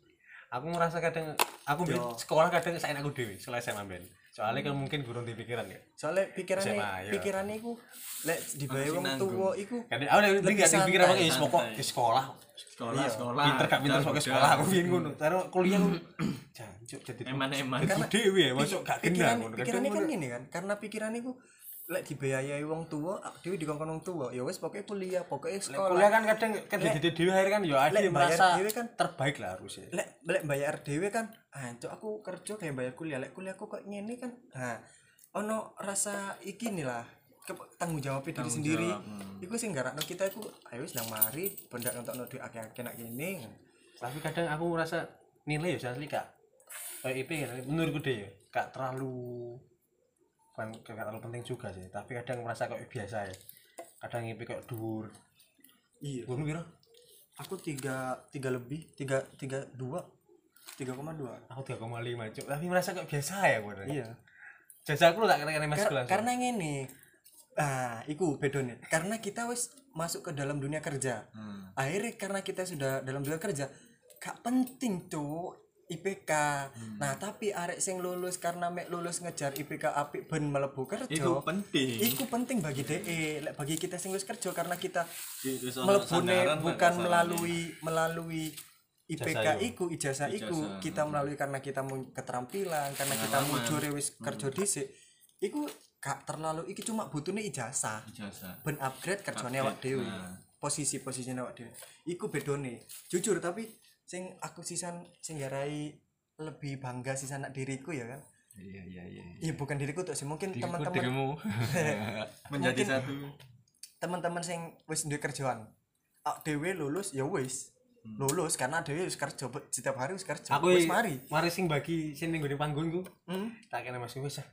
C: aku merasa kadang aku biyen sekolah kadang saya aku dewi setelah SMA ben soalnya kan mungkin gurung di pikiran ya
D: soalnya pikirannya
C: SMA, iya.
D: pikirannya iku lek dibayar wong tua iku
C: kan aku udah
D: Lebih
C: nggak dipikir apa
D: santai,
C: ya pokok di sekolah
E: sekolah
D: Iya.
E: sekolah
C: pinter gak Ah, pinter pokoknya sekolah aku biyen ngono taruh (clears throat) kuliah aku jancuk jadi
E: eman eman
C: dewi ya masuk gak kenal
D: pikiran
C: ngono
D: pikirannya
C: kadang
D: kan gini kan karena pikirannya ku lek dibiayai wong tua dhewe dikongkon wong tua ya wis pokoke kuliah pokoke sekolah
C: kuliah kan kadang kadang di dewe akhir kan ya akhir
D: lek
C: merasa
D: bayar dhewe kan
C: terbaik lah harusnya
D: lek lek bayar dhewe kan anco aku kerja kayak bayar kuliah lek kuliah kok ngene kan nah ono rasa iki nih lah ke- tanggung jawab hmm. diri sendiri iku sing garakno kita iku ayo wis nang mari bendak nentokno duit akeh-akeh nak ngene
C: tapi kadang aku merasa nilai ya asli kak IP menurutku deh ya kak terlalu bukan nggak terlalu penting juga sih tapi kadang merasa kayak biasa ya kadang IP kayak dur
D: iya
C: guru biro
D: aku tiga tiga lebih tiga tiga dua tiga koma dua
C: aku tiga koma lima cuk tapi merasa kayak biasa ya gue
D: iya
C: jasa aku lu tak kena kena mas
D: Kar-
E: ya?
C: kelas
D: karena ngene ah iku bedone karena kita wis masuk ke dalam dunia kerja
E: Hmm.
D: akhirnya karena kita sudah dalam dunia kerja gak penting tuh IPK
E: Hmm.
D: nah tapi arek sing lulus karena mek lulus ngejar IPK apik ben melebu kerja
E: Iku penting.
D: iku penting bagi DE lek bagi kita sing wis kerja karena kita
E: Wis ono sandaran,
D: melebune
E: Pak,
D: bukan
E: masalahnya.
D: melalui melalui IPK iku ijazah iku
E: Ijazah,
D: kita melalui karena kita mau keterampilan karena kita mau wis kerja dhisik iku gak terlalu iki cuma butuhnya ijazah
E: Ijazah.
D: ben upgrade kerjane awak dhewe posisi posisinya awak dhewe iku bedone jujur tapi sing aku sisan sing garai lebih bangga sisan nak diriku ya kan
B: iya iya iya
D: ya bukan diriku tuh sih mungkin
B: Ikut
D: teman-teman
B: dirimu
E: Menjadi
D: Mungkin-
E: satu.
D: teman-teman sing wis duwe kerjaan awak dhewe lulus ya wis lulus karena dhewe wis kerja be- setiap hari wis kerja
C: aku
D: wis mari
C: mari sing bagi sing ning gone panggung ku
D: Hmm.
C: tak kena mas (laughs) wis ah.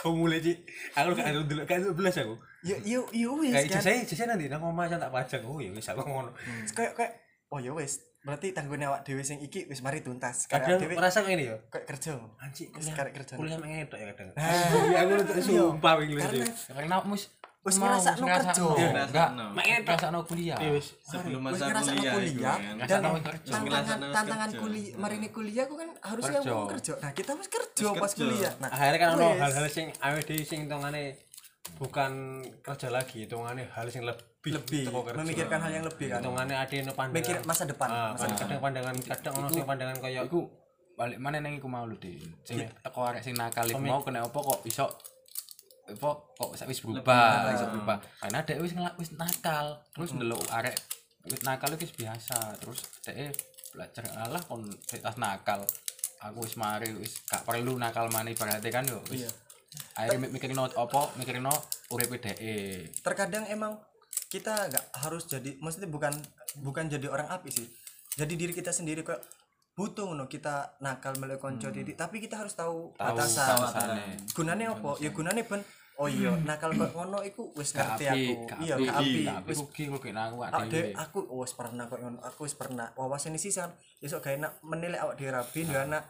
C: kau mulai sih aku gak ada dulu kan belas aku
D: ya ya ya wis
C: kayak
D: kan Hmm.
C: jasa jasa nanti nang omah saya tak pajang oh ya wis aku ngono
D: kayak kayak oh ya wis berarti tanggungnya awak dhewe sing iki wis mari tuntas
C: kadang
D: karena dhewe
C: merasa kayak ini ya
D: kayak kerja
C: anjing
D: Wis
C: kuliah
D: karek kerjaan.
C: kuliah emang ngedok ya kadang
D: Ah,
C: iya aku untuk sumpah wing
D: karena
C: lho
B: karena mus
D: Wis
B: mau,
D: ngerasa
B: wis
D: lu
B: ngerasa
D: kerja.
B: no. enggak
D: Iya,
E: ngerasa no.
B: mak ngerasa no kuliah
C: wis
E: Sebelum
D: wis
E: masa
D: ngerasa aku
E: kuliah, itu
D: kuliah
E: kan.
D: dan
B: Ngerasa aku kerja.
D: tantangan
E: Ngerasa aku
D: tantangan
E: kerja.
D: kuliah mari ini kuliah aku kan harusnya
B: Kerja.
D: aku kerja nah kita wis kerja
E: Wis
D: pas
E: kerja.
D: kuliah nah
C: akhirnya kan ono
D: wis.
C: hal-hal sing awd sing tongane bukan kerja lagi tongane hal sing lebih
D: lebih
C: teko kerja.
D: memikirkan hal yang lebih kan
C: tongane ada yang pandangan
D: mikir masa depan
C: Iya. Ah,
D: masa depan
C: kadang pandangan kadang ono sing pandangan kaya
B: aku balik mana neng iku mau lu deh sing teko arek sing nakal iku mau kena apa kok iso apa kok iso wis berubah iso berubah karena dek wis ngelak wis nakal
D: Hmm.
B: terus ndelok arek wis nakal itu wis biasa terus dek belajar alah kon dek tas nakal aku wis mari wis gak perlu nakal maneh berarti kan yo wis akhirnya mi- mikirno apa mikirno uripe dheke
D: terkadang emang kita nggak harus jadi maksudnya bukan bukan jadi orang api sih jadi diri kita sendiri kok butuh ngono kita nakal melu konco titik tapi kita harus Hmm. tahu, batasan gunanya apa ya gunanya ben oh iya nakal kok ngono iku wis ngerti aku iya gak api
B: tapi
D: wis
B: rugi rugi nang awak
D: awak
B: dhewe
D: dhewe- aku oh, wis pernah kok ngono aku wis pernah wawasan ini sisan besok gak enak menilai awak dhewe rabi yo anak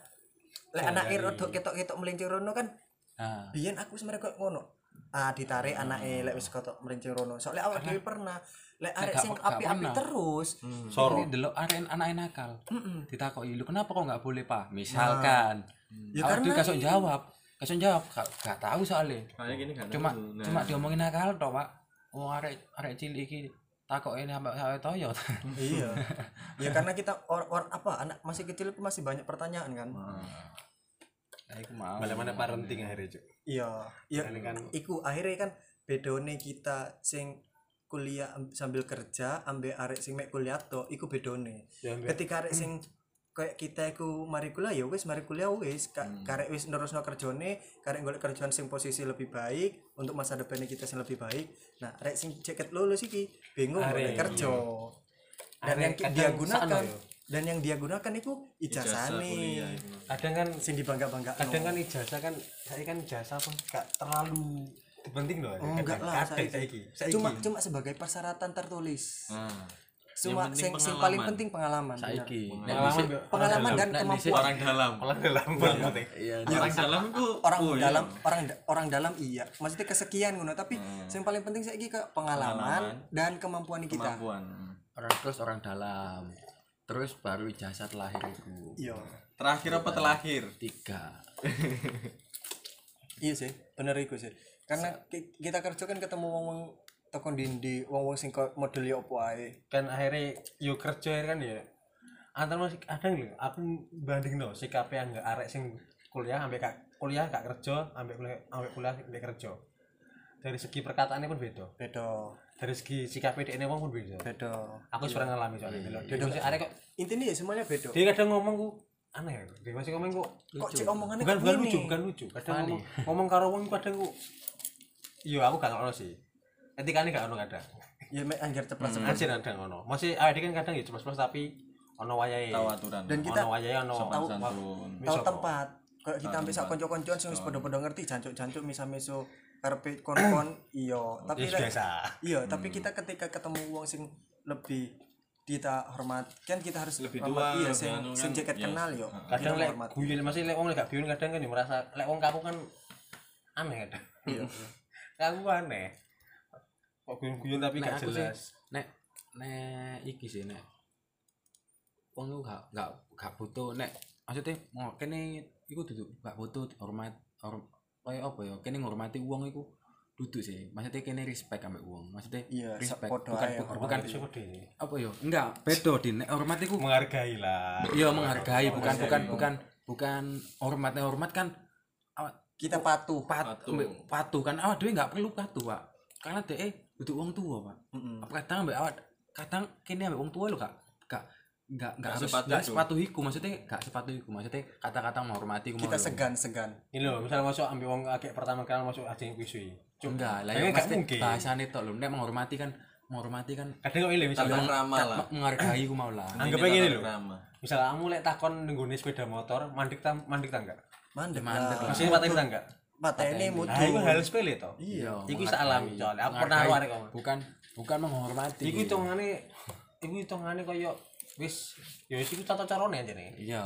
D: lek anak rada ketok-ketok melincir rono kan
B: nah
D: biyen aku wis mereka ngono ah ditarik
B: Hmm.
D: anake lek wis kotok merincing rono soalnya awak dhewe pernah lek arek
B: gak-
D: sing
B: gak
D: api-api
B: pernah. Hmm.
D: terus
B: Soro. Ini delok arek anak nakal. Ditakoki, "Lu kenapa kok nggak boleh, Pak?" Misalkan. Ya
D: Ya
B: karena
D: karena-
B: dia kasih jawab. Kasih jawab, "Gak- gak tahu soalnya.
E: Kayak gini kan.
B: Cuma cuma diomongin nakal toh, Pak. Wong arek arek cilik iki takoki sampai sawe toyo. (laughs) Nah,
D: iya ya karena kita or, or apa anak masih kecil itu masih banyak pertanyaan kan
B: Nah, iku mau.
C: balik mana parenting akhirnya cuk
D: iya iya
C: Karena kan-
D: iku akhirnya kan bedone kita sing kuliah am- sambil kerja ambil arek sing mek kuliah to iku bedone
C: Ya, ambil-
D: ketika arek sing kayak kita iku mari kuliah ya wis mari kuliah wis Ka-
C: Hmm.
D: karek wis nerusno kerjone karek golek kerjaan sing posisi lebih baik untuk masa depannya kita sing lebih baik nah arek sing ceket lulus iki bingung golek kerja
C: iya.
D: dan
C: Arek
D: yang ki-
C: kadang
D: dia
C: sakno
D: gunakan
C: yo.
D: dan yang dia gunakan itu ijazahne
C: kadang kan
D: sing dibangga-bangga
C: kadang kan ijazah kan saya kan ijazah pun gak terlalu penting loh
D: Oh, enggak
C: kadang-
D: lah
C: kadang
D: saiki.
C: saiki saiki
D: cuma cuma sebagai persyaratan tertulis
E: Nah,
D: cuma
E: penting
D: sing, sing
E: pengalaman.
D: paling penting pengalaman benar.
B: Saiki. Nek
C: pengalaman
B: dhisik-
D: pengalaman dan
B: Nek
D: kemampuan
B: dhisik-
E: orang dalam.
C: malah dalam banget
B: Iya,
E: Orang dalam itu
D: orang
E: oh, iya.
D: dalam orang da- orang dalam iya maksudnya kesekian ngono tapi yang paling penting saiki ke pengalaman, dan kemampuan kita
E: kemampuan. Hmm.
B: orang terus orang dalam. Terus baru ijazah lahir iku.
D: iya
E: Terakhir apa terakhir?
B: Tiga.
D: iya sih bener iku sih karena ki- kita kerja kan ketemu wong wong toko dindi wong wong sing ko- model ya opo ae
C: kan akhirnya yo kerja akhirnya kan ya antar mas kadang lho aku banding no sikapnya yang nggak arek sing kuliah ambek kak kuliah gak kerja ambek kuliah ambek kuliah ambek kerja dari segi perkataannya pun beda
D: beda
C: dari segi sikap PDN wong pun beda
D: beda
C: aku pernah ngalami soalnya dia masih ada kok
D: intinya ya semuanya beda
C: dia kadang ngomong ku aneh ya dia masih ngomong ku
D: kok cek omongannya
C: bukan bukan
D: kayak
C: lucu
D: gini?
C: bukan lucu kadang ngomong, ngomong karo wong kadang ku iya aku gak ngono sih etikane gak ono kadang
D: ya mek anjir ceplas
C: anjir kadang ngono masih awake dhewe kan kadang ya cuma tapi ono wayahe
E: tahu aturan
D: Dan kita-
C: ono wayahe ono
E: sopan santun
D: tahu
C: Misopo.
D: tempat kalau kita ambil sak konco-koncoan sing wis podo-podo ngerti jancuk-jancuk misa-miso karepe kon-kon iya tapi
C: Ya,
D: lek-
C: biasa
D: iya tapi kita ketika ketemu wong sing lebih kita hormat kan kita harus
E: Lebih
D: hormat-
E: tua,
D: iya
E: lebih
D: sing
E: anu
D: sing
E: kan,
D: jaket
E: iya.
D: kenal yo
E: Heeh.
C: kadang
D: Kita
C: lek
D: hormat.
C: guyon masih lek wong lek gak guyon kadang kan ya merasa lek wong kaku kan aneh kadang (laughs) kaku aneh kok guyon-guyon tapi
B: nek
C: gak
B: aku sih
C: jelas
B: nek nek iki sih nek wong iku gak gak gak butuh nek maksudnya mau kene iku duduk gak butuh hormat horm, kaya apa ya kene ngormati wong iku duduk sih maksudnya kene respect ambek wong maksudnya
D: Iya,
B: respect
D: sepodo
B: bukan
D: ae
B: bukan,
D: hormat.
B: bukan
C: Itu sih wedi.
B: apa ya enggak beda din nek hormat iku
C: menghargai lah
B: iya menghargai bukan bukan bukan bukan hormatnya hormat kan awak
D: kita patuh
B: pat,
E: Patuh.
B: patuh. patuh kan awak dhewe enggak perlu patuh pak karena dhek eh, duduk wong tua pak
D: Mm-mm.
B: apa kadang ambek awak kadang kene ambek wong tua lho kak kak enggak enggak harus
E: sepatuh
B: enggak
E: itu.
B: sepatuhiku maksudnya enggak sepatuhiku maksudnya kata-kata menghormati ku mau
D: kita
B: lho.
D: segan-segan
C: ini loh misalnya masuk ambil uang agak pertama kenal masuk aja yang kusui
B: enggak lah ya
C: Kayaknya enggak
B: pasti
C: mungkin.
B: bahasane tok lho nek menghormati kan menghormati kan
C: kadang kok ini misalnya
E: Tata krama lah.
B: tak- menghargai ku mau lah
C: anggapnya gini
E: tata
C: loh
E: krama.
C: misalnya kamu lek takon nunggu sepeda motor mandik tam mandik tangga
D: mandek
B: Mandek lah.
D: lah
C: maksudnya patah tangga
D: mata ini mutu
C: nah itu hal sepele toh
B: iya
C: Iku bisa alami, soalnya aku pernah
B: menghargai.
C: luar kok.
B: bukan bukan menghormati
C: itu hitungannya itu hitungannya kayak wis ya wis itu tata caranya aja nih
B: iya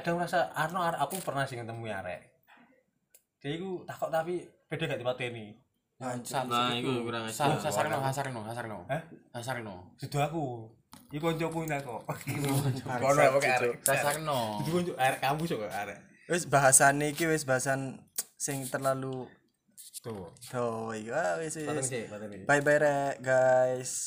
C: kadang merasa Arno Ar- aku pernah sih ketemu arek dia itu takut tapi beda gak dipateni
E: Nah, iku kurang
B: Sar-
E: ajar.
B: Sasarno, Sasarno, Sasarno.
C: Hah?
B: Sasarno.
C: sudah aku itu koncoku ini kok kono aku kayak arek
B: Sasarno.
C: itu konco arek kamu juga arek
D: wis bahasane iki wis bahasan sing terlalu
C: tuh
D: do iya wis
C: pateni
D: wis
C: sih pateni
D: bye bye rek guys